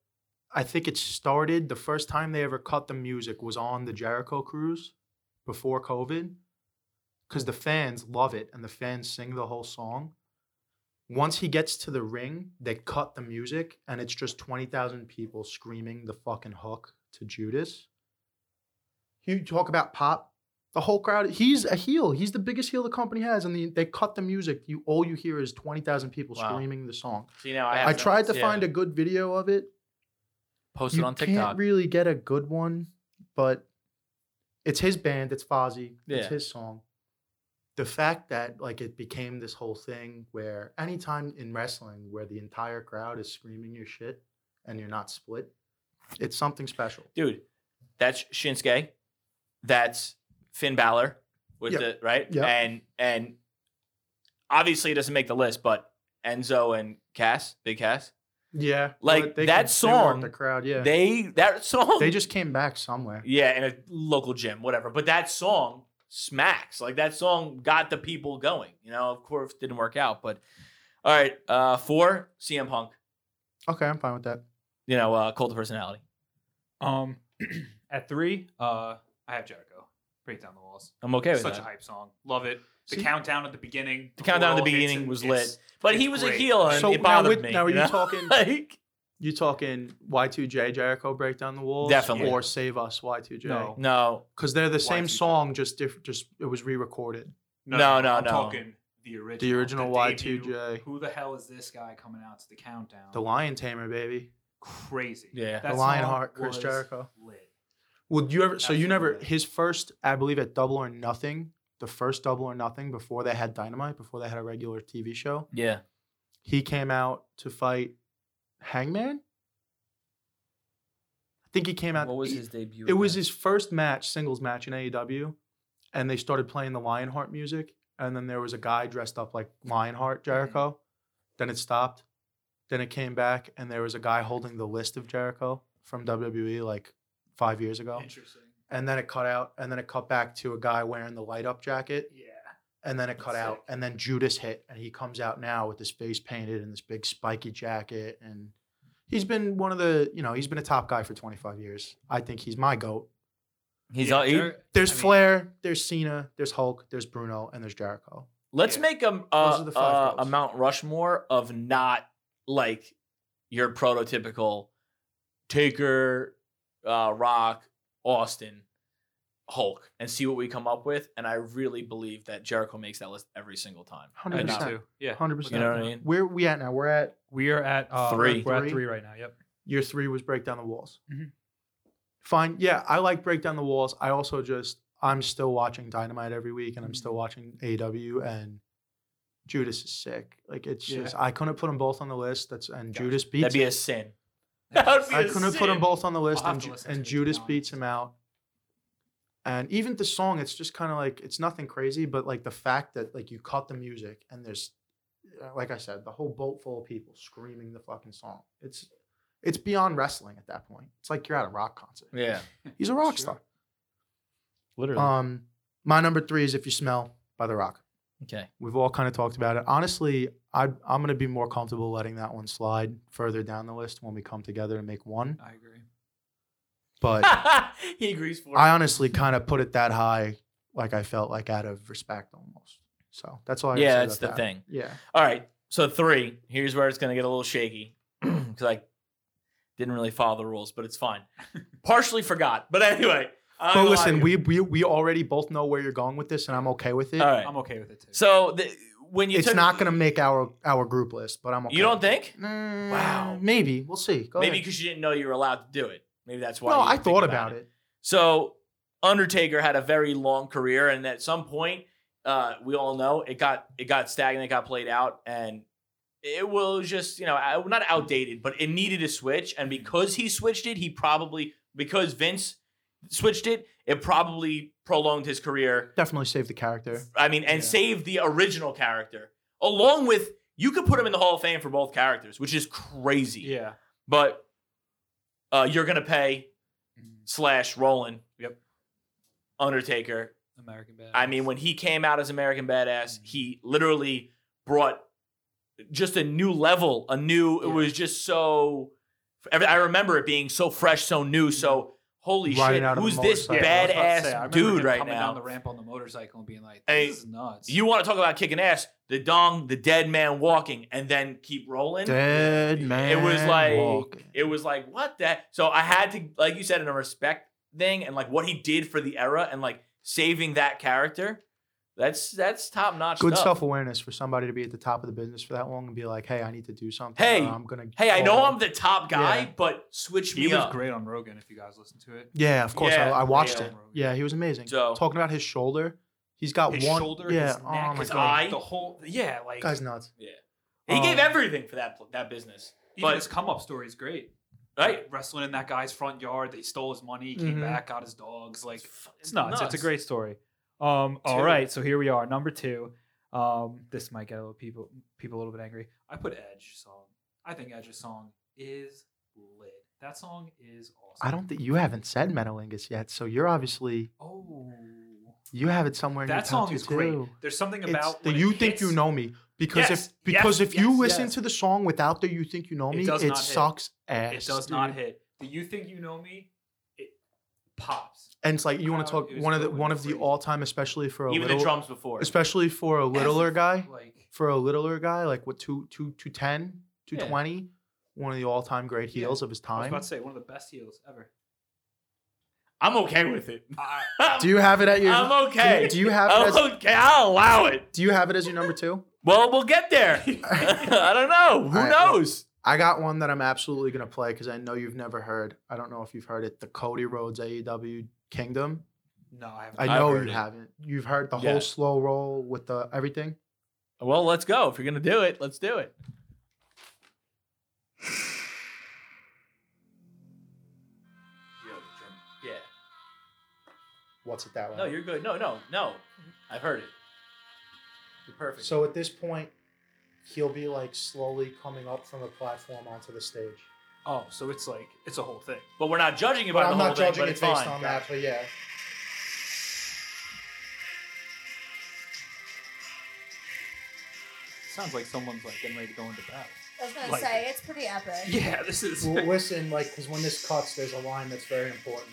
I think it started the first time they ever cut the music was on the Jericho cruise before COVID? Because the fans love it and the fans sing the whole song. Once he gets to the ring, they cut the music and it's just 20,000 people screaming the fucking hook to Judas. You talk about pop. The whole crowd, he's a heel. He's the biggest heel the company has. And the, they cut the music. You All you hear is 20,000 people
Wow.
screaming the song.
See now I.
I tried to find a good video of it.
posted
You
on
can't
TikTok.
really get a good one, but it's his band. It's Fozzy.
Yeah.
It's his song. The fact that like it became this whole thing where anytime in wrestling where the entire crowd is screaming your shit and you're not split, it's something special.
dude, that's Shinsuke, that's Finn Balor with
Yep.
the right,
Yep.
and and obviously it doesn't make the list, but Enzo and Cass, Big Cass,
Yeah,
Like,
but they
that
could- they worked
song,
the crowd. Yeah, they,
they that song,
just came back somewhere.
yeah, in a local gym, whatever. But that song smacks, like that song got the people going. You know, of course, didn't work out, but all right, uh, four CM Punk,
Okay, I'm fine with that.
you know, uh, cult of personality.
(clears throat)
Um, at three, uh, I have Jericho. Break down the walls.
I'm okay with
Such
that.
a hype song. Love it. The
See?
countdown at the beginning.
The
before
countdown at the
all hits
beginning
and
was
it's-
but he
it's
was a
great.
heel, and
So
it
now,
bothered
with,
me.
now are
you
you
know?
talking?
(laughs) like,
You talking Y2J Jericho break down the walls?
Definitely.
Or save us Y2J?
No.
no,
because they're the same
Y2J.
song, just different. Just it was re-recorded.
No, no,
I'm
no.
Talking the original.
The original
debut.
Y2J,
Who the hell is this guy coming out to the countdown?
the Lion Tamer, baby.
crazy.
Yeah.
That
The Lionheart,
song
Chris
was
Jericho.
lit.
Would you ever? So you never
Absolutely.
his first, I believe, at Double or Nothing, the first Double or Nothing before they had Dynamite, before they had a regular TV show.
yeah.
He came out to fight Hangman. I think he came out.
What was
he-
his debut?
It was
again?
his first match, singles match in AEW, and they started playing the Lionheart music. And then there was a guy dressed up like Lionheart Jericho. Then it stopped. Then it came back, and there was a guy holding the list of Jericho from WWE E, like five years ago.
Interesting.
and then it cut out, and then it cut back to a guy wearing the light up jacket,
Yeah.
and then it cut
Sick.
out, and then Judas hit, and he comes out now with his face painted and this big spiky jacket, and he's been one of the, you know, he's been a top guy for 25 years. I think he's my goat.
He's
Yeah,
all, he-
there-
There's
I mean-
Flair, there's Cena, there's Hulk, there's Bruno, and there's Jericho.
let's
yeah.
make a,
are
a,
the five
a- a
goats.
Mount Rushmore of not like your prototypical Taker, uh, Rock, Austin, Hulk, and see what we come up with. And I really believe that Jericho makes that list every single time.
Hundred
And
I do
percent.
not-
too. Yeah.
100%.
You know what I mean?
Where we at now? We're at
We are at uh,
Three.
We're at
Three.
three right now.
(laughs)
Yep.
year three was break down the walls.
Mm-hmm.
Mhm.
Fine. Yeah, I like break down the walls. I also just I'm still watching Dynamite every week, and I'm
Mm-hmm.
still watching AW and Judas is sick. Like it's
Yeah.
just I couldn't put them both on the list. That's and
Gotcha.
Judas beats.
That'd be
him.
a sin. That would be
I
a
couldn't put
sin.
them both on the list,
I'll
and,
have to
Ju-
listen to
and
it, to be
Judas
honest.
beats him out. And even the song, it's just kind of like it's nothing crazy, but like the fact that like you caught the music and there's, uh, like I said, the whole boat full of people screaming the fucking song. It's it's beyond wrestling at that point. It's like you're at a rock concert.
Yeah.
He's a rock
Sure.
Literally.
star. Um, my number three is "If You Smell" by The Rock.
Okay.
We've all kind of talked about it. Honestly, I, I'm going to be more comfortable letting that one slide further down the list when we come together and make one.
I agree.
But
he agrees for it.
I honestly kind of put it that high, like I felt like out of respect almost. So that's all. I gotta
Yeah,
say
that's the
about that.
thing.
Yeah,
All right. So three. Here's where it's gonna get a little shaky (clears throat) because I didn't really follow the rules, but
(laughs)
it's fine. Partially forgot, but anyway.
but
I'm gonna lie to
listen,
you.
we, we we already both know where you're going with this, and I'm okay with it.
All right.
I'm okay with it too.
So the, when you
it's
took-
not going to make our our group list, but I'm okay.
You don't think?
Mm,
Wow.
Maybe we'll see. Go
Maybe
ahead.
because you didn't know you were allowed to do it. Maybe that's why.
No,
you
I
didn't think
thought about it.
So Undertaker had a very long career, and at some point, uh, we all know it got it got stagnant, it got played out, and it was just you know out- not outdated, but it needed a switch. And
Mm-hmm.
because he switched it, he probably because Vince switched it, it probably prolonged his career.
Definitely save the character.
I mean, and
Yeah.
saved the original character along with you could put him in the Hall of Fame for both characters, which is crazy.
yeah.
But uh, you're gonna pay
Mm-hmm.
slash Roland.
Yep.
Undertaker.
American Bad.
I mean, when he came out as American
Mm-hmm.
Badass, he literally brought just a new level, a new. It
Yeah.
was just so. every- I remember it being so fresh, so new,
Mm-hmm.
so holy
Riding
shit.
out of a
Who's this
motorcycle.
Yeah, I was about to
badass
say, I remember
dude
him
right
coming
now?
down the ramp on the motorcycle and being like,
Hey,
"This is nuts."
you want to talk about kicking ass? The dong, the dead man walking, and then keep rolling.
Dead man.
it was like
walking.
it was like what the so i had to like you said in a respect thing and like what he did for the era and like saving that character that's that's top notch
good self awareness for somebody to be at the top of the business for that long and be like, hey, I need to do something.
Hey,
or I'm gonna.
hey i know
fall."
i'm the top guy
Oh. Yeah.
but switch
he
me
was
up
great on Rogan. If you guys listen to it,
Yeah, of course.
Yeah,
I, I watched
yeah.
it. Yeah, he was amazing.
So-
Talking about his shoulder, he's got
his
one.
shoulder,
yeah,
his neck,
oh my
his
god,
God.
eye, the whole yeah, like
guy's nuts.
he gave
Um,
Oh.
everything for that pl- that business
even
but-
his come up story is great.
right
wrestling in that guy's front yard, they stole his money, he
Mhm.
came back, got his dogs. Like
It's nuts. It's a great story. Um,
Two.
all right, so here we are, number two. Um, this might get a little people people a little bit angry.
I put Edge song. I think Edge's song is lit. That song is awesome.
I don't think you haven't said Metalingus yet, so you're obviously
Oh,
you have it somewhere. In your
that song
top two,
is great.
too.
There's something
It's
about
the
when
"You
it
Think You
hits-
Know Me" because
Yes,
if because
yes,
if you
yes,
listen
yes.
to the song without the "You Think You Know
It
Me,"
does
it,
not hit.
sucks ass.
It does not
dude.
hit. Do you think you know me? It pops.
And it's like you want to
Crowd,
talk
it was
one of the
going
one of the
crazy.
all time, especially for a
even the
little,
drums before
especially for a littler guy.
Like
for a littler guy, like what two two two ten, two
Yeah.
twenty, one of the all time great
Yeah.
heels of his
I was
time.
about to say, one of the best heels ever.
i'm okay with it (laughs)
Do you have it at your?
i'm okay
Do you, do you have
I'm
it as,
okay i'll allow it
Do you have it as your number two?
well we'll
(laughs)
get there i don't know who
All right, well-
knows
I got one that I'm absolutely gonna play because I know you've never heard. I don't know if you've heard it. The Cody Rhodes AEW Kingdom.
No, I haven't.
I
I've
know
heard
you
it.
haven't. You've heard the
Yeah.
whole slow roll with the everything.
well let's go if you're gonna do it let's do it yeah
What's it that way?
No, you're good. No, no, no. I've heard it. You're perfect.
so at this point, he'll be like slowly coming up from the platform onto the stage.
Oh, so it's like it's a whole thing.
But we're not judging it
But
by the
I'm
whole
not
thing,
judging
but
it
it's
based
fine.
on that. But yeah,
Sounds like someone's like getting ready to go into battle.
I was gonna
Like-
say it's pretty epic.
Yeah, this
(laughs)
is.
Well, listen, like, because when this cuts, there's a line that's very important.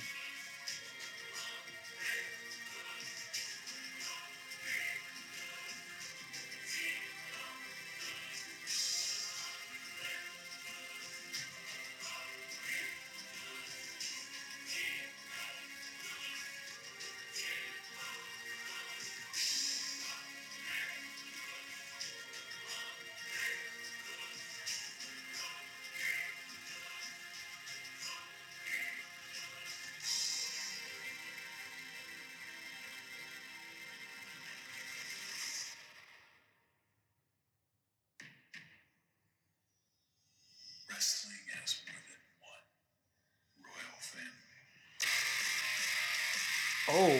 Wrestling has more than one royal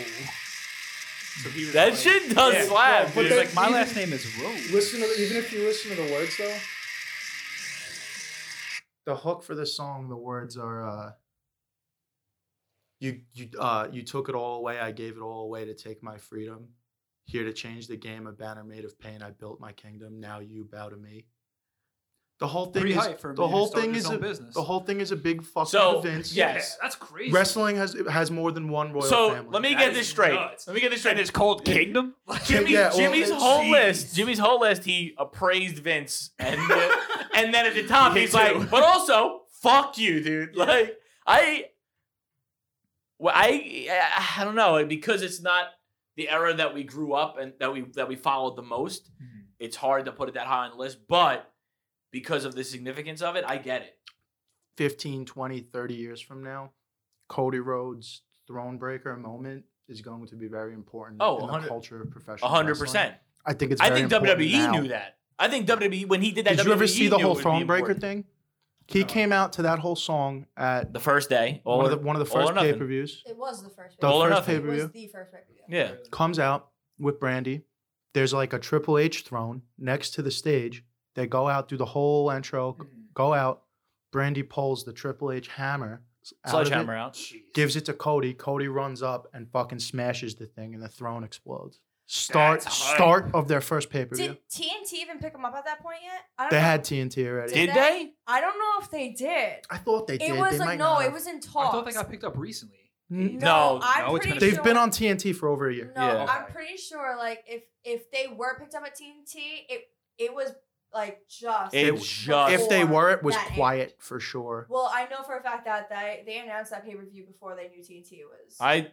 family.
Oh,
So he was
That
like-
shit does
Yeah.
slap,
But
dude.
then-
like my last name is Rose.
Listen to the, even if you listen to the words though. The hook for this song, the words are uh you you uh you took it all away, I gave it all away to take my freedom. Here to change the game, a banner made of pain, I built my kingdom, now you bow to me. The whole thing
Pretty
is
hype for a
the
man who
whole
started
thing
his
is
own
a,
business.
the whole thing is a big fuck
So,
you to Vince.
yeah.
yeah,
Yes.
that's crazy.
Wrestling has it has more than one royal
so
family.
let me
That
get
is
this straight.
nuts.
Let me get this straight.
it's called (laughs) Kingdom.
Jimmy,
Yeah, well,
Jimmy's
it's-
whole
Jeez.
list.
(laughs)
Jimmy's whole list. He appraised Vince, and uh, and then at the top
Me
he's
too.
like, but also fuck you, dude. Like I, well, I I don't know because it's not the era that we grew up and that we that we followed the most.
Mm-hmm.
It's hard to put it that high on the list, but because of the significance of it, I get it.
15, 20, 30 years from now, Cody Rhodes' throne breaker moment is going to be very important
Oh,
in the
100
culture of professional
hundred
wrestling.
percent.
I think it's
I
very
think
important
WWE
now.
knew that. I think WWE when he did that.
Did you ever
WWE
see the
knew
whole
it would be
throne breaker
important.
thing? He
No.
came out to that whole song at
The first day, all
one of the, one of the
all or
first
nothing.
pay per views.
It was the first.
The
All or
first
nothing.
pay
It
per
was
view
the first pay per view.
yeah.
comes out with Brandy. There's like a Triple H throne next to the stage. They go out through the whole intro,
Mm,
go out. Brandy pulls the Triple H hammer. out of it.
Sledgehammer out.
gives it to Cody. Cody runs up and fucking smashes the thing, and the throne explodes. Start
That's hard.
start of their first pay per view.
Did TNT even pick him up at that point yet? I don't
They
know.
had TNT already.
Did
Did
that-
they?
I don't know if they did.
I thought they did.
It was
they
like
might
no,
not
it
have.
was in talks.
I thought they got picked up recently.
N-
No,
No,
I'm
no, it's
pretty
They've
sure.
been on TNT for over a year.
No,
Yeah.
I'm
Okay.
pretty sure. Like if if they were picked up at TNT, it it was like just.
It just-
If they
before
were, it was
that
quiet
aired.
for sure.
Well, I know for a fact that they they announced that pay per view before they knew TNT was
I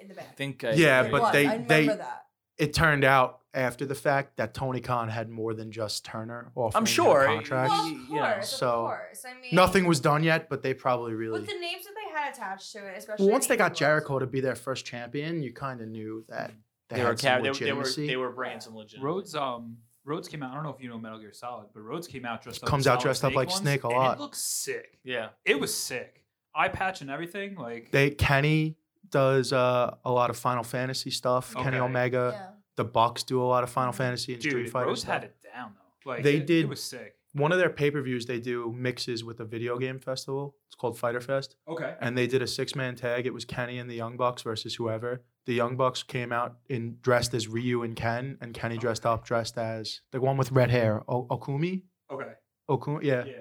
in the bag.
think. I,
Yeah,
It
but
was.
they-
I remember
they-
that.
It turned out after the fact that Tony Khan had more than just Turner offering
I'm
him
sure.
contracts.
Well,
you
of
know,
course,
so-
of course. I mean,
Nothing was done yet, but they probably really.
With the names that they had attached to it, especially
Well, once
the
they got
Usos.
Jericho to be their first champion, you kind of knew that they,
they were,
had some
ca- they, were- they were
legitimacy.
they were bringing some legit.
Rhodes, um, Rhodes came out. I don't know if you know Metal Gear Solid, but Rhodes came out dressed up.
Comes
as
out
Solid
dressed up like
once,
Snake a
and
lot.
It looks sick.
(laughs) Yeah,
It was sick. Eye patch and everything. Like
they Kenny does uh, a lot of Final Fantasy stuff. Kenny
Okay.
Omega,
Yeah.
the Bucks do a lot of Final Fantasy and Street
dude,
Fighter
Rhodes
stuff.
had it down though. Like
They
it,
did-
It was sick.
One of their pay per views, they do mixes with a video game festival. It's called Fighter Fest,
Okay.
and they did a six man tag. It was Kenny and the Young Bucks versus whoever. The Young Bucks came out in dressed as Ryu and Ken, and Kenny dressed up dressed as the one with red hair, o- Okumi.
Okay.
Okumi, yeah.
Yeah.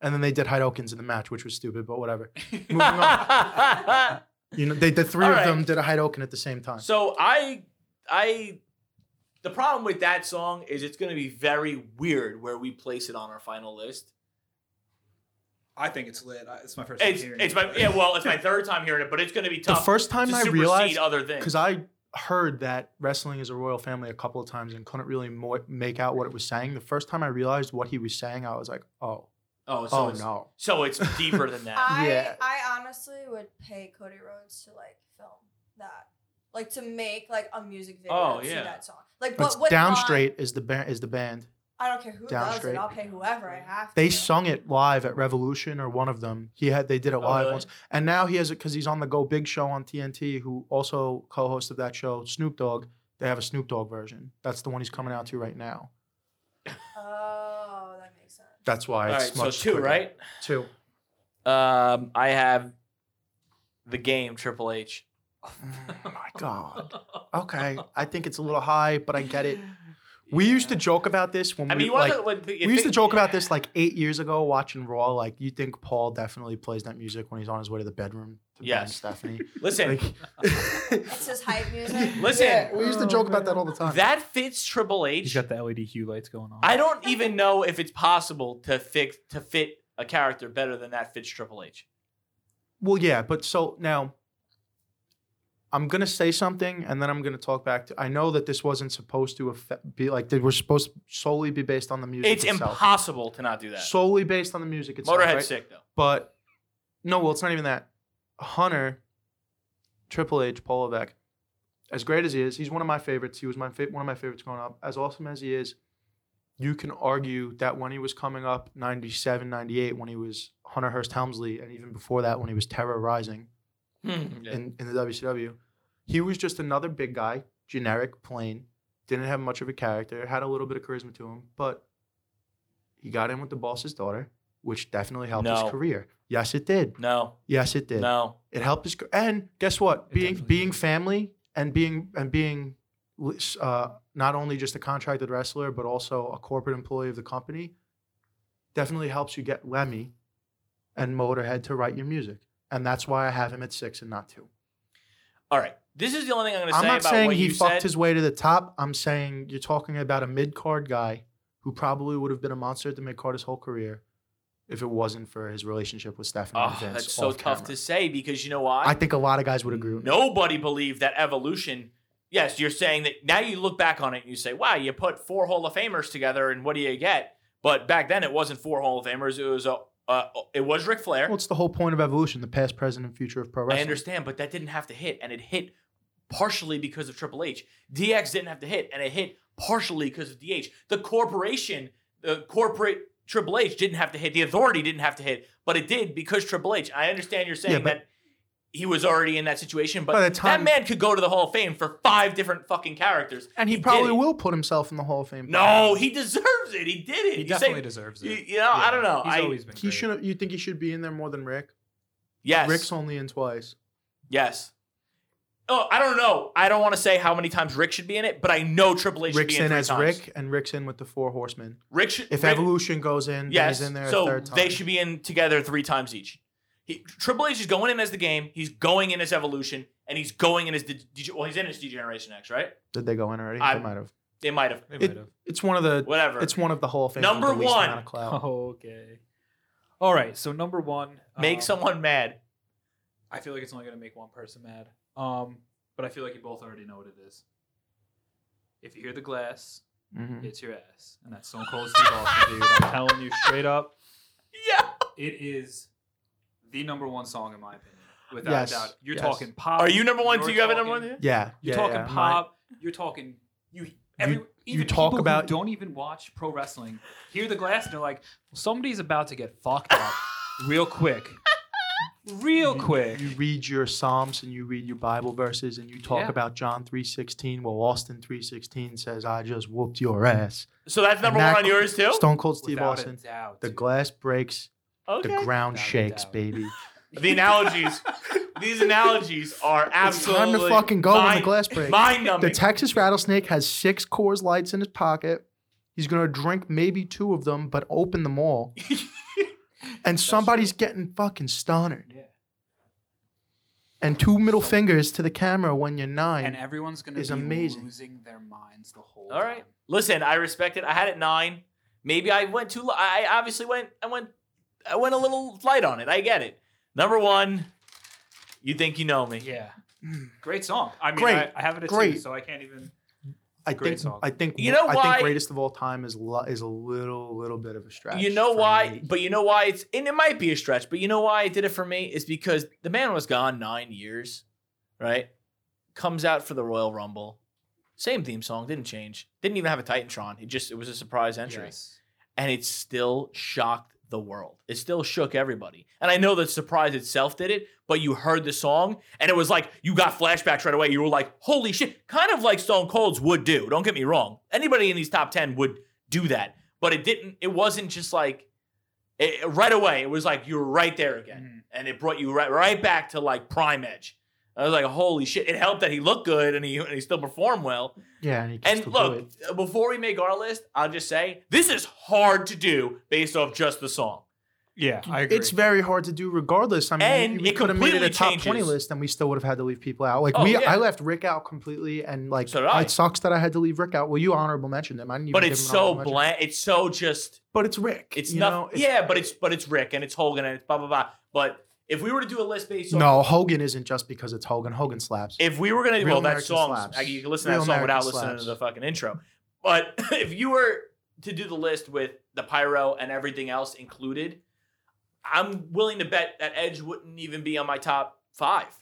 And then they did Hydokins in the match, which was stupid, but whatever. Moving on.
(laughs) so
You know, they the three
All
of them
right.
did a Hydokin at the same time.
I, I, the problem with that song is it's going to be very weird where we place it on our final list.
I think it's lit. I- It's my first.
It's it's my yeah, well, it's my third time hearing it, but it's going to be
the
tough.
first time
to
I
supersede
realized
other things.
because I heard that wrestling is a royal family a couple of times and couldn't really mo- make out what it was saying. The first time I realized what he was saying, I was like, "Oh,
oh, so
oh
it's,
no!"
so it's deeper than that.
I
Yeah.
I honestly would pay Cody Rhodes to like film that, like to make like a music video
Oh,
to
yeah.
that song. Like,
But
but what
Down
line-
Straight is the ba- is the band.
I don't care who
Down
does
Straight.
it. I'll pay whoever I have. To.
They sung it live at Revolution or one of them. He had they did it
(laughs) Oh,
live
really?
once, and now he has it because he's on the Go Big show on TNT. Who also co-host of that show, Snoop Dogg. They have a Snoop Dogg version. That's the one he's coming out to right now.
Oh, that makes sense.
That's why
All right,
it's
so
much
two,
quicker.
(laughs) right?
Two.
Um, I have the game Triple H.
Oh my god. Okay, I think it's a little high, but I get it. We used to joke about this when
I
we
mean, you
like.
want to, when,
we used to
(laughs)
joke about this like eight years ago watching Raw. Like, you think Paul definitely plays that music when he's on his way to the bedroom to bang
Yes. (laughs)
Stephanie?
Listen,
Like,
It's his hype
(laughs)
music.
Listen.
Yeah, we used to joke about that all the time.
that fits Triple
He's
H.
got the LED hue lights going on.
I don't even know if it's possible to fix to fit a character better than that fits Triple H.
well, yeah, but so now I'm gonna say something, and then I'm gonna talk back to. I know that this wasn't supposed to affect, be like they were supposed to solely be based on the music.
It's
itself.
impossible to not do that.
Solely based on the music itself.
Motorhead's
right?
sick though. (laughs)
But no, well, it's not even that. Hunter, Triple H, Paul Levesque, as great as he is, he's one of my favorites. He was my fa- one of my favorites growing up. As awesome as he is, you can argue that when he was coming up 97, 98, when he was Hunter Hearst Helmsley, and even before that, when he was Terror Rising in, in the WCW, he was just another big guy, generic, plain, didn't have much of a character, had a little bit of charisma to him, but he got in with the boss's daughter, which definitely helped
No.
his career. Yes, it did.
No,
Yes, it did.
no.
It helped his. And guess what?
It
being
definitely
being
did.
family and being and being uh, not only just a contracted wrestler but also a corporate employee of the company definitely helps you get Lemmy and Motorhead to write your music, and that's why I have him at six and not two.
All right. This is the only thing I'm going to
I'm
say
not
about
saying
what
he
you
fucked
said.
his way to the top. I'm saying you're talking about a mid card guy who probably would have been a monster at the mid card his whole career if it wasn't for his relationship with Stephanie
Oh,
and Vince.
that's so
off
tough
camera.
to say because you know why?
I think a lot of guys would agree. with me.
Nobody believed that evolution. Yes, you're saying that now you look back on it and you say, wow, you put four Hall of Famers together and what do you get? But back then it wasn't four Hall of Famers. It was a, uh, it was Ric Flair.
Well, it's the whole point of evolution, the past, present, and future of pro wrestling.
I understand, but that didn't have to hit, and it hit partially because of Triple H. DX didn't have to hit, and it hit partially because of DH. The corporation, the corporate Triple H didn't have to hit. The authority didn't have to hit, but it did because Triple H. I understand you're saying
Yeah, but-
that he was already in that situation, but
By the time-
that man could go to the Hall of Fame for five different fucking characters.
And he
did
probably
it.
will put himself in the Hall of Fame.
No, he deserves it. He did it.
He
You say-
definitely deserves it.
you- you know, I don't know.
He's
I-
always been.
he
great.
shouldn't. You think he should be in there more than Rick?
Yes.
Rick's only in twice.
Yes. Oh, I don't know. I don't want to say how many times Rick should be in it, but I know Triple H should
Rick's
be in,
in
three
as
times.
Rick, and Rick's in with the Four Horsemen.
Rick should.
If
Rick,
evolution goes in, then
yes,
he's in there a
so
third time.
they should be in together three times each. He, Triple H is going in as the game. He's going in as evolution, and he's going in as the. well, he's in as Degeneration X, right?
Did they go in already?
I-
they might have.
They might have.
They
It-
might have.
It's one of the.
Whatever.
It's one of the Hall of Fame.
Number
the least
one.
amount
(laughs)
of clout.
(laughs) Okay. All right. So number one.
Uh,
Make
um,
someone mad.
I feel like it's only gonna make one person mad.
Um, but I feel like you both already know what it is. If you hear the glass,
Mm-hmm.
Mhm.
it's your ass, and that's Stone
Cold
Cold
Steve Austin, dude. I'm telling you straight up,
Yeah.
It is the number one song in my opinion, without
Yes,
a doubt. You're
yes.
talking pop.
Are you number one?
you're
Do you have a number one?
talking-
here?
Yeah.
You're
yeah,
talking
yeah, mine-
pop. You're talking you. Every,
You-
even
you
people
talk
who
about-
don't even watch pro wrestling. Hear the glass, and they're like, somebody's about to get fucked
(laughs)
up, real quick, real quick.
you read your psalms and you read your bible verses and you talk
Yeah.
about john 3.16 well austin 3.16 says i just whooped your ass
So that's
And
number
that-
one on yours too.
stone cold steve
Hmm. Without
austin
a doubt.
the glass breaks
Okay.
the ground
Without a
shakes
doubt.
(laughs)
baby
the
(laughs)
analogies. these analogies are
it's
absolutely.
time to fucking go when the
mind,
glass breaks
Mind
the
numbing.
texas rattlesnake has six Coors lights in his pocket he's going to drink maybe two of them but open them
(laughs)
all and somebody's getting fucking stunnered
(laughs)
Yeah.
and two middle fingers to the camera when you're nine
and everyone's gonna
is
be
amazing.
losing their minds the whole.
All right.
time.
Listen, I respect it. I had it nine. Maybe I went too. Li- I I obviously went. I went. I went a little light on it. I get it. Number one, you think you know me.
Yeah. Mm. Great song. I mean,
Great.
I, I have it at two,
Great.
so I can't even.
I
Great
think
song.
I think
You know
I
why-
think greatest of all time is lo- is a little little bit of a stretch.
You know
for
why?
me.
But you know why it's and it might be a stretch. But you know why I did it for me is because the man was gone nine years, right? Comes out for the Royal Rumble, same theme song, didn't change, didn't even have a Titantron. It just it was a surprise entry.
Yes.
and it still shocked the world. It still shook everybody. And I know that Surprise itself did it, but you heard the song and it was like you got flashbacks right away. You were like, holy shit, kind of like Stone Cold's would do. Don't get me wrong. Anybody in these top 10 would do that, but it didn't, it wasn't just like, It, right away, it was like you were right there again,
Mm.
Mhm.
and it brought you right right back to like prime edge. I was like, holy shit! It helped that he looked good and he and he still performed well.
Yeah, and, he can
And
still do
look,
it.
before we make our list, I'll just say this is hard to do based off just the song.
Yeah, I agree.
it's very hard to do regardless. I mean,
And
we
it
could have made it a
completely
top twenty
changes.
list, and we still would have had to leave people out. Like
Oh,
we,
yeah.
I left Rick out completely, and like
So did I.
it sucks that I had to leave Rick out. Well, you honorable mentioned him. I didn't even
But
give
it's
him an honorable
so
mention.
bland. It's so just.
But it's Rick.
It's
you know?
not. Yeah, but it's but it's Rick and it's Hogan and it's blah blah blah. But if we were to do a list based on
no, Hogan isn't just because it's Hogan. Hogan slaps.
If we were gonna
Real
well, that
American
song
slaps.
you can listen to
Real
that song
American
without listening
slaps.
to the fucking intro. But (laughs) if you were to do the list with the pyro and everything else included, I'm willing to bet that Edge wouldn't even be on my top five.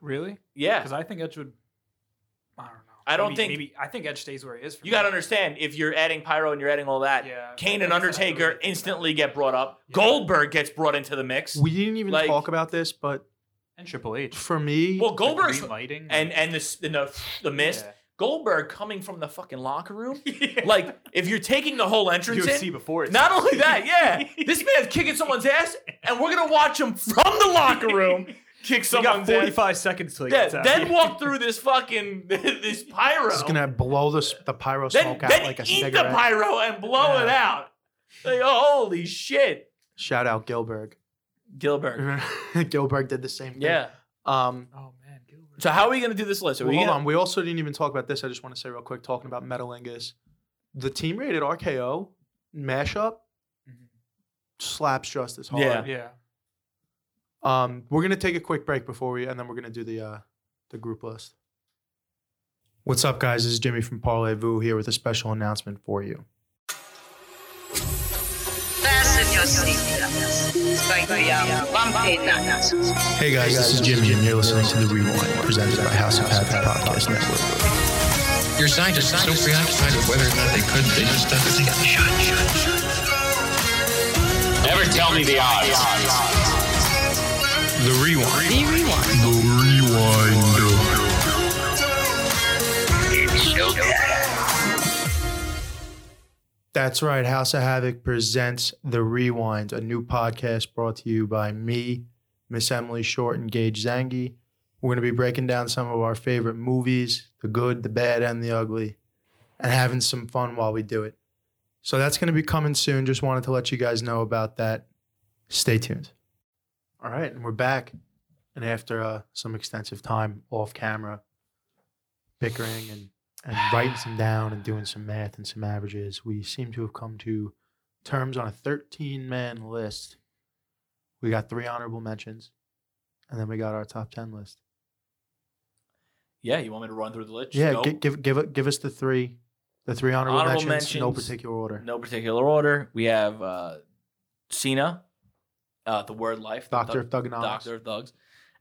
Really?
Yeah,
Because I think Edge would. I don't know.
I don't
Maybe-
think-
Maybe I think Edge stays where he is. For
you
me.
got to understand if you're adding pyro and you're adding all that.
Yeah.
Kane
that's
and
not really
Undertaker
thinking
instantly
about it.
get brought up.
Yeah.
Goldberg gets brought into the mix.
we didn't even
like-
talk about this, but
and Triple H.
for me,
Well, Goldberg's
green lighting
and and this and the the mist.
Yeah.
Goldberg coming from the fucking locker room.
(laughs)
Like if you're taking the whole entrance in,
UFC before it.
Not only (laughs) that, yeah, this man's kicking someone's ass, and we're gonna watch him from the locker room (laughs) kick
(laughs) we got
someone's ass.
45 seconds till he
Yeah,
gets out. (laughs)
then (laughs) walk through this fucking (laughs) this pyro.
it's gonna blow the s- the pyro
then
smoke out
then
like a
eat
cigarette.
the pyro and blow it out. Like, holy shit,
Shout out Gilbert. Mm-hmm.
Gilbert.
Gilbert (laughs) did the same thing.
Yeah.
Um,
Oh man, Gilbert.
So how are we gonna do this list? Are
well,
we
hold
gonna-
on. We also didn't even talk about this. I just want to say real quick, talking about Metalingus, the team rated RKO mashup
Mhm.
slaps just as hard.
Mm-hmm. Yeah.
Yeah.
Um, we're gonna take a quick break before we, and then we're gonna do the uh, the group list. What's up, guys? This is Jimmy from Parlay Vu here with a special announcement for you.
Fasten your seatbelts. It's going to be a bumpy night.
Hey guys, this is Jimmy, and you're listening to the Rewind, presented by House of Happy Podcast Network.
Your scientists are so preoccupied with whether or not they could, they just don't think.
Never tell me the odds.
The rewind. The rewind. The rewind.
That's right, House of Havoc presents the Rewind, a new podcast brought to you by me, Miss Emily Short, and Gage Zangi. We're going to be breaking down some of our favorite movies, the good, the bad, and the ugly, and having some fun while we do it. So that's going to be coming soon. Just wanted to let you guys know about that. Stay tuned. All right, and we're back. And after uh, some extensive time off camera, bickering and, and writing some down and doing some math and some averages, we seem to have come to terms on a 13 man list. We got three honorable mentions, and then we got our top 10 list.
yeah, you want me to run through the list?
Yeah,
Go.
gi- give give it- give us the three, the three honorable,
Honorable
mentions, no
mentions.
particular order.
no particular order. We have uh, Cena, uh, the Word Life, the
Doctor
Thug-
of Thugonomics.
Doctor of Thugs.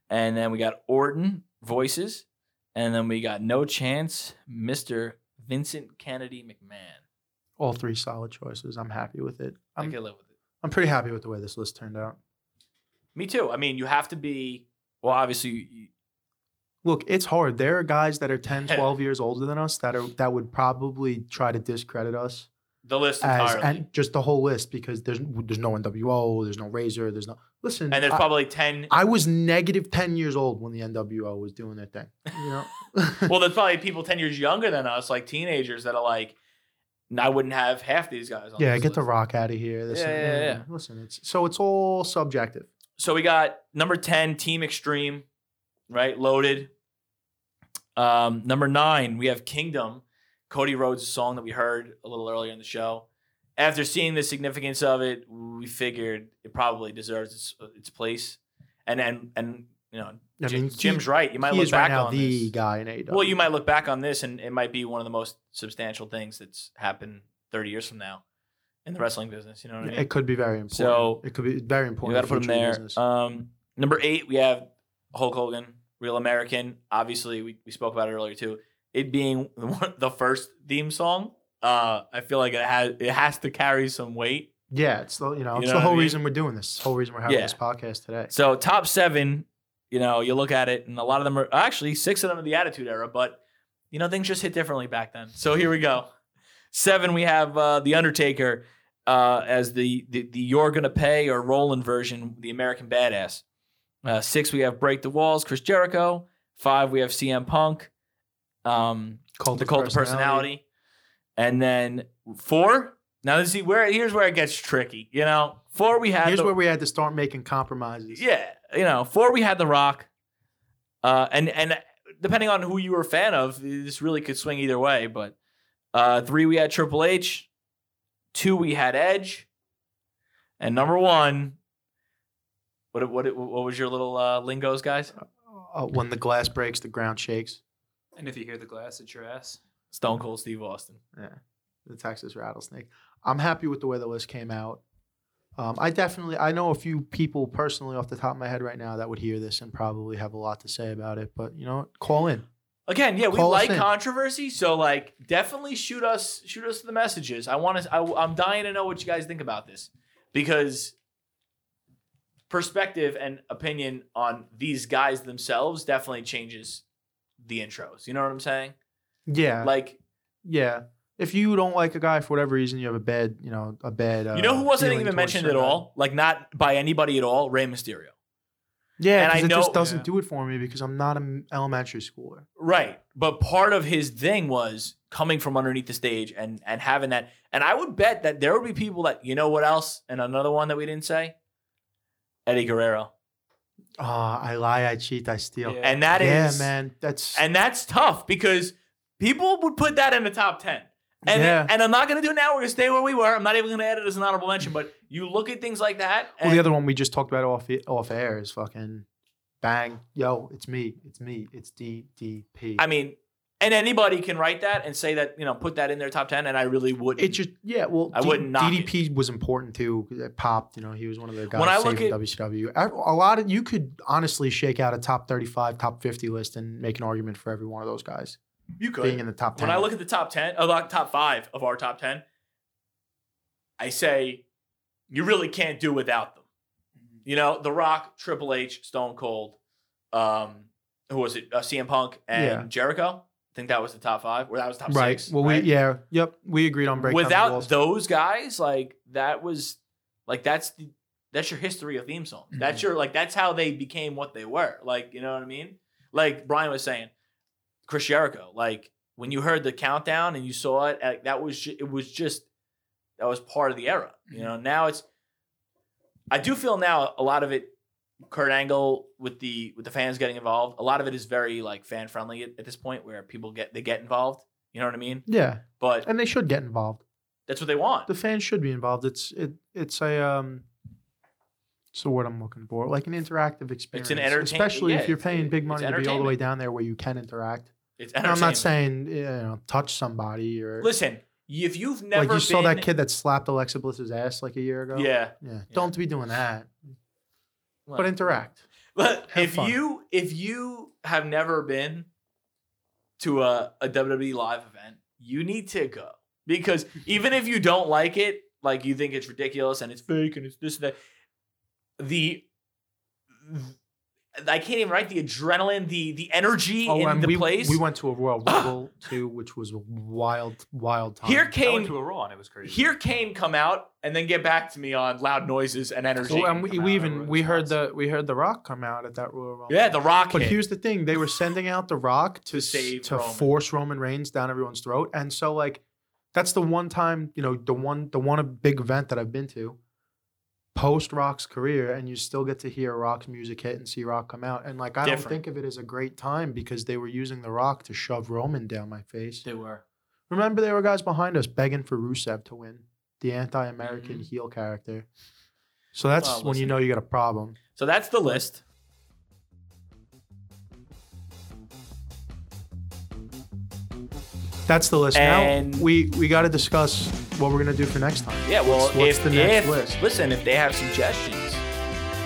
And then we got Orton Voices. And then we got No Chance, Mr. Vincent Kennedy McMahon.
All three solid choices. I'm happy with it.
i
I'm
can live with it.
I'm pretty happy with the way this list turned out.
Me too. I mean, you have to be well, obviously you- you,
Look, it's hard. There are guys that are
(laughs)
10,
Yeah.
12 years older than us that are that would probably try to discredit us
the list
as
entirely. and,
and just the whole list because there's there's no NWO, there's no Razor, there's no listen.
there's
I,
probably 10
I was negative 10 years old when the NWO was doing their thing. You
(laughs)
know?
well, there's probably people 10 years younger than us, like teenagers that are like I wouldn't have half these guys on
yeah,
this
get the
list."
rock out of here. This
Yeah,
and-
yeah, yeah.
Listen, it's so it's all subjective.
so we got number 10 team extreme right loaded um number nine we have kingdom cody rhodes a song that we heard a little earlier in the show after seeing the significance of it we figured it probably deserves its, its place and and and you know
I
Jim-
mean, he-
jim's right you might
he
look
is right
back
now
on
the
this
guy in AEW.
well you might look back on this and it might be one of the most substantial things that's happened 30 years from now in the
Hmm.
wrestling business you know what i mean
It could be very important.
So-
it could be very
we
important.
got
to
to put him
future
there.
business.
Um, number eight, we have Hulk Hogan, Real American. Obviously, we, we spoke about it earlier too. It being (laughs) one- the first theme song, uh, I feel like it has it has to carry some weight.
yeah, it's the you know,
you
it's
know
the
what I
whole
mean?
reason we're doing this. It's the whole reason we're having
Yeah.
this podcast today.
So top seven, you know, you look at it, and a lot of them are actually six of them are the Attitude Era, but you know things just hit differently back then. So here we go. Seven, we have uh, the Undertaker. uh, as the, the the you're gonna pay or Roland version, the American Badass. Uh, six we have Break the Walls, Chris Jericho. Five we have CM Punk, um,
Called
the Cult of Personality, and then four. Now this is where here's where it gets tricky. You know, four we had
Here's
the-
where we had to start making compromises.
yeah, you know, four we had The Rock, uh, and and depending on who you were a fan of, this really could swing either way. But uh, three we had Triple H, two we had Edge, and number one, what what what was your little uh, lingos, guys?
Uh, when the glass breaks, the ground shakes.
And if you hear the glass, it's your ass.
Stone Cold Steve Austin.
the Texas rattlesnake. I'm happy with the way the list came out. Um, I definitely, I know a few people personally off the top of my head right now that would hear this and probably have a lot to say about it. But you know, what? call in.
Again, yeah, we
Call us
like
in.
controversy, so like definitely shoot us shoot us the messages. I want to. I, I'm dying to know what you guys think about this because perspective and opinion on these guys themselves definitely changes the intros. You know what I'm saying?
Yeah,
Like,
yeah. If you don't like a guy for whatever reason, you have a bad, you know, a bad. Uh,
you know who wasn't
feeling
even
towards
mentioned at
certain-
all? Like, not by anybody at all. Rey Mysterio.
Yeah,
And I
because it
know-
just doesn't
Yeah.
do it for me because I'm not an elementary schooler.
Right. But part of his thing was coming from underneath the stage and and having that. And I would bet that there would be people that you know what else? And another one that we didn't say? Eddie Guerrero.
Ah, I lie, I cheat, I steal.
Yeah.
And that is
yeah, man, that's
and that's tough because people would put that in the top ten. And,
Yeah.
and I'm not gonna do it now. We're gonna stay where we were. I'm not even gonna add it as an honorable mention, but you look at things like that. And
Well, the other one we just talked about off off air is fucking bang. Yo, it's me. It's me. It's DDP.
I mean, and anybody can write that and say that, you know, put that in their top ten, and I really would
it just yeah. Well,
I wouldn't knock it.
DDP was important too. 'cause It popped. You know, he was one of the guys
When I look
saving
at-
WCW. I- A lot of you could honestly shake out a top thirty-five, top fifty list and make an argument for every one of those guys
you could
being in the top ten.
when I look at the top ten, uh, like, top five of our top ten, I say you really can't do without them.
Mm-hmm.
You know, The Rock, Triple H, Stone Cold, um, who was it? Uh, CM Punk and
Yeah.
Jericho. I think that was the top five, or that was top
right.
six.
well,
right?
we yeah, yep. We agreed on breaking down the
Without
walls.
those guys, like that was like that's the, that's your history of theme songs. That's your like that's how they became what they were. Like you know what I mean? Like Brian was saying, Chris Jericho. Like when you heard the countdown and you saw it, like, that was ju- it was just that was part of the era. You know, now it's I do feel now a lot of it. Kurt Angle with the with the fans getting involved. A lot of it is very like fan friendly at, at this point, where people get they get involved. You know what I mean?
yeah,
But
and they should get involved.
that's what they want.
the fans should be involved. It's it it's a um it's the word I'm looking for. Like an interactive experience.
entertain-
especially
yeah,
if you're
it's-
paying big
it's
money to be all the way down there where you can interact.
It's
And I'm
entertainment.
not saying you know, touch somebody or
Listen, if you've never
like you saw
been-
that kid that slapped Alexa Bliss's ass like a year ago.
yeah.
Yeah. Don't be doing that. But
Well,
interact.
(laughs) But
Have
if
fun.
you if you have never been to a, a WWE live event, you need to go
(laughs)
because even if you don't like it, like you think it's ridiculous and it's fake and it's this and that, the I can't even write the adrenaline, the the energy in the
Oh, we,
place.
we went to a
(gasps)
Royal Rumble too, which was a wild, wild time.
Here
I went
Kane,
to a Raw and it was crazy.
hear Kane come out and then get back to me on loud noises and energy.
so, and we, we
come out,
even
everyone's
we heard
nuts.
the we heard the Rock come out at that Royal Rumble.
yeah, the Rock.
But
hit.
here's the thing: they were sending out the Rock to s-
save
to
Roman.
force Roman Reigns down everyone's throat, and so like that's the one time you know the one the one big event that I've been to post Rock's career, and you still get to hear Rock's music hit and see Rock come out, and like I
Different.
don't think of it as a great time because they were using the Rock to shove Roman down my face.
They were.
Remember, there were guys behind us begging for Rusev to win the anti-American heel character. So that's
Mm-hmm. Well,
when you
listen.
know you got a problem.
So that's the list.
That's the list.
And-
now we we got to discuss what we're gonna do for next time.
Yeah, well,
What's- what's
if,
the next
if-
list?
listen, if they have suggestions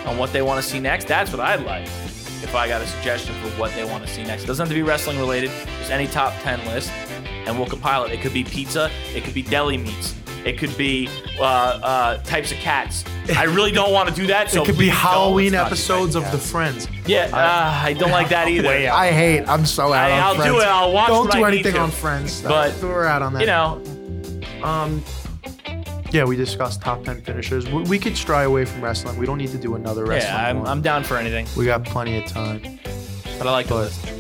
on what they want to see next, that's what I'd like. If I got a suggestion for what they want to see next, doesn't have to be wrestling related. Just any top ten list, and we'll compile it. It could be pizza. It could be deli meats. It could be uh, uh, types of cats. I really don't want to do that.
(laughs)
So
it could be
please don't.
Halloween
Let's not do
episodes
that.
of The Friends.
Yeah, uh, I
(laughs)
don't like that either.
I hate. I'm so out
I-
on
I'll do
Friends.
it, I'll watch
Don't
what
do
I need
anything
to.
on Friends.
But,
That's- we're out on that.
You know,
um, Yeah, we discussed top 10 finishers. We, we could stray away from wrestling. We don't need to do another wrestling.
yeah, I'm,
one.
I'm down for anything,
we got plenty of time.
but I like the
But-
list.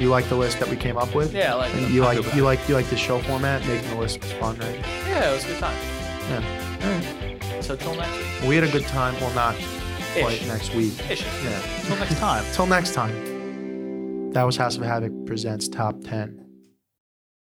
You like the list that we came up with?
Yeah, I like it.
You like you like you like the show format? Making the list was fun, right?
Yeah, it was a good time.
Yeah.
So till next week.
We had a good time. Well, not quite
Ish.
next week.
Ish.
Yeah. (laughs)
Till next time.
Till next time. That was House of Havoc presents Top 10.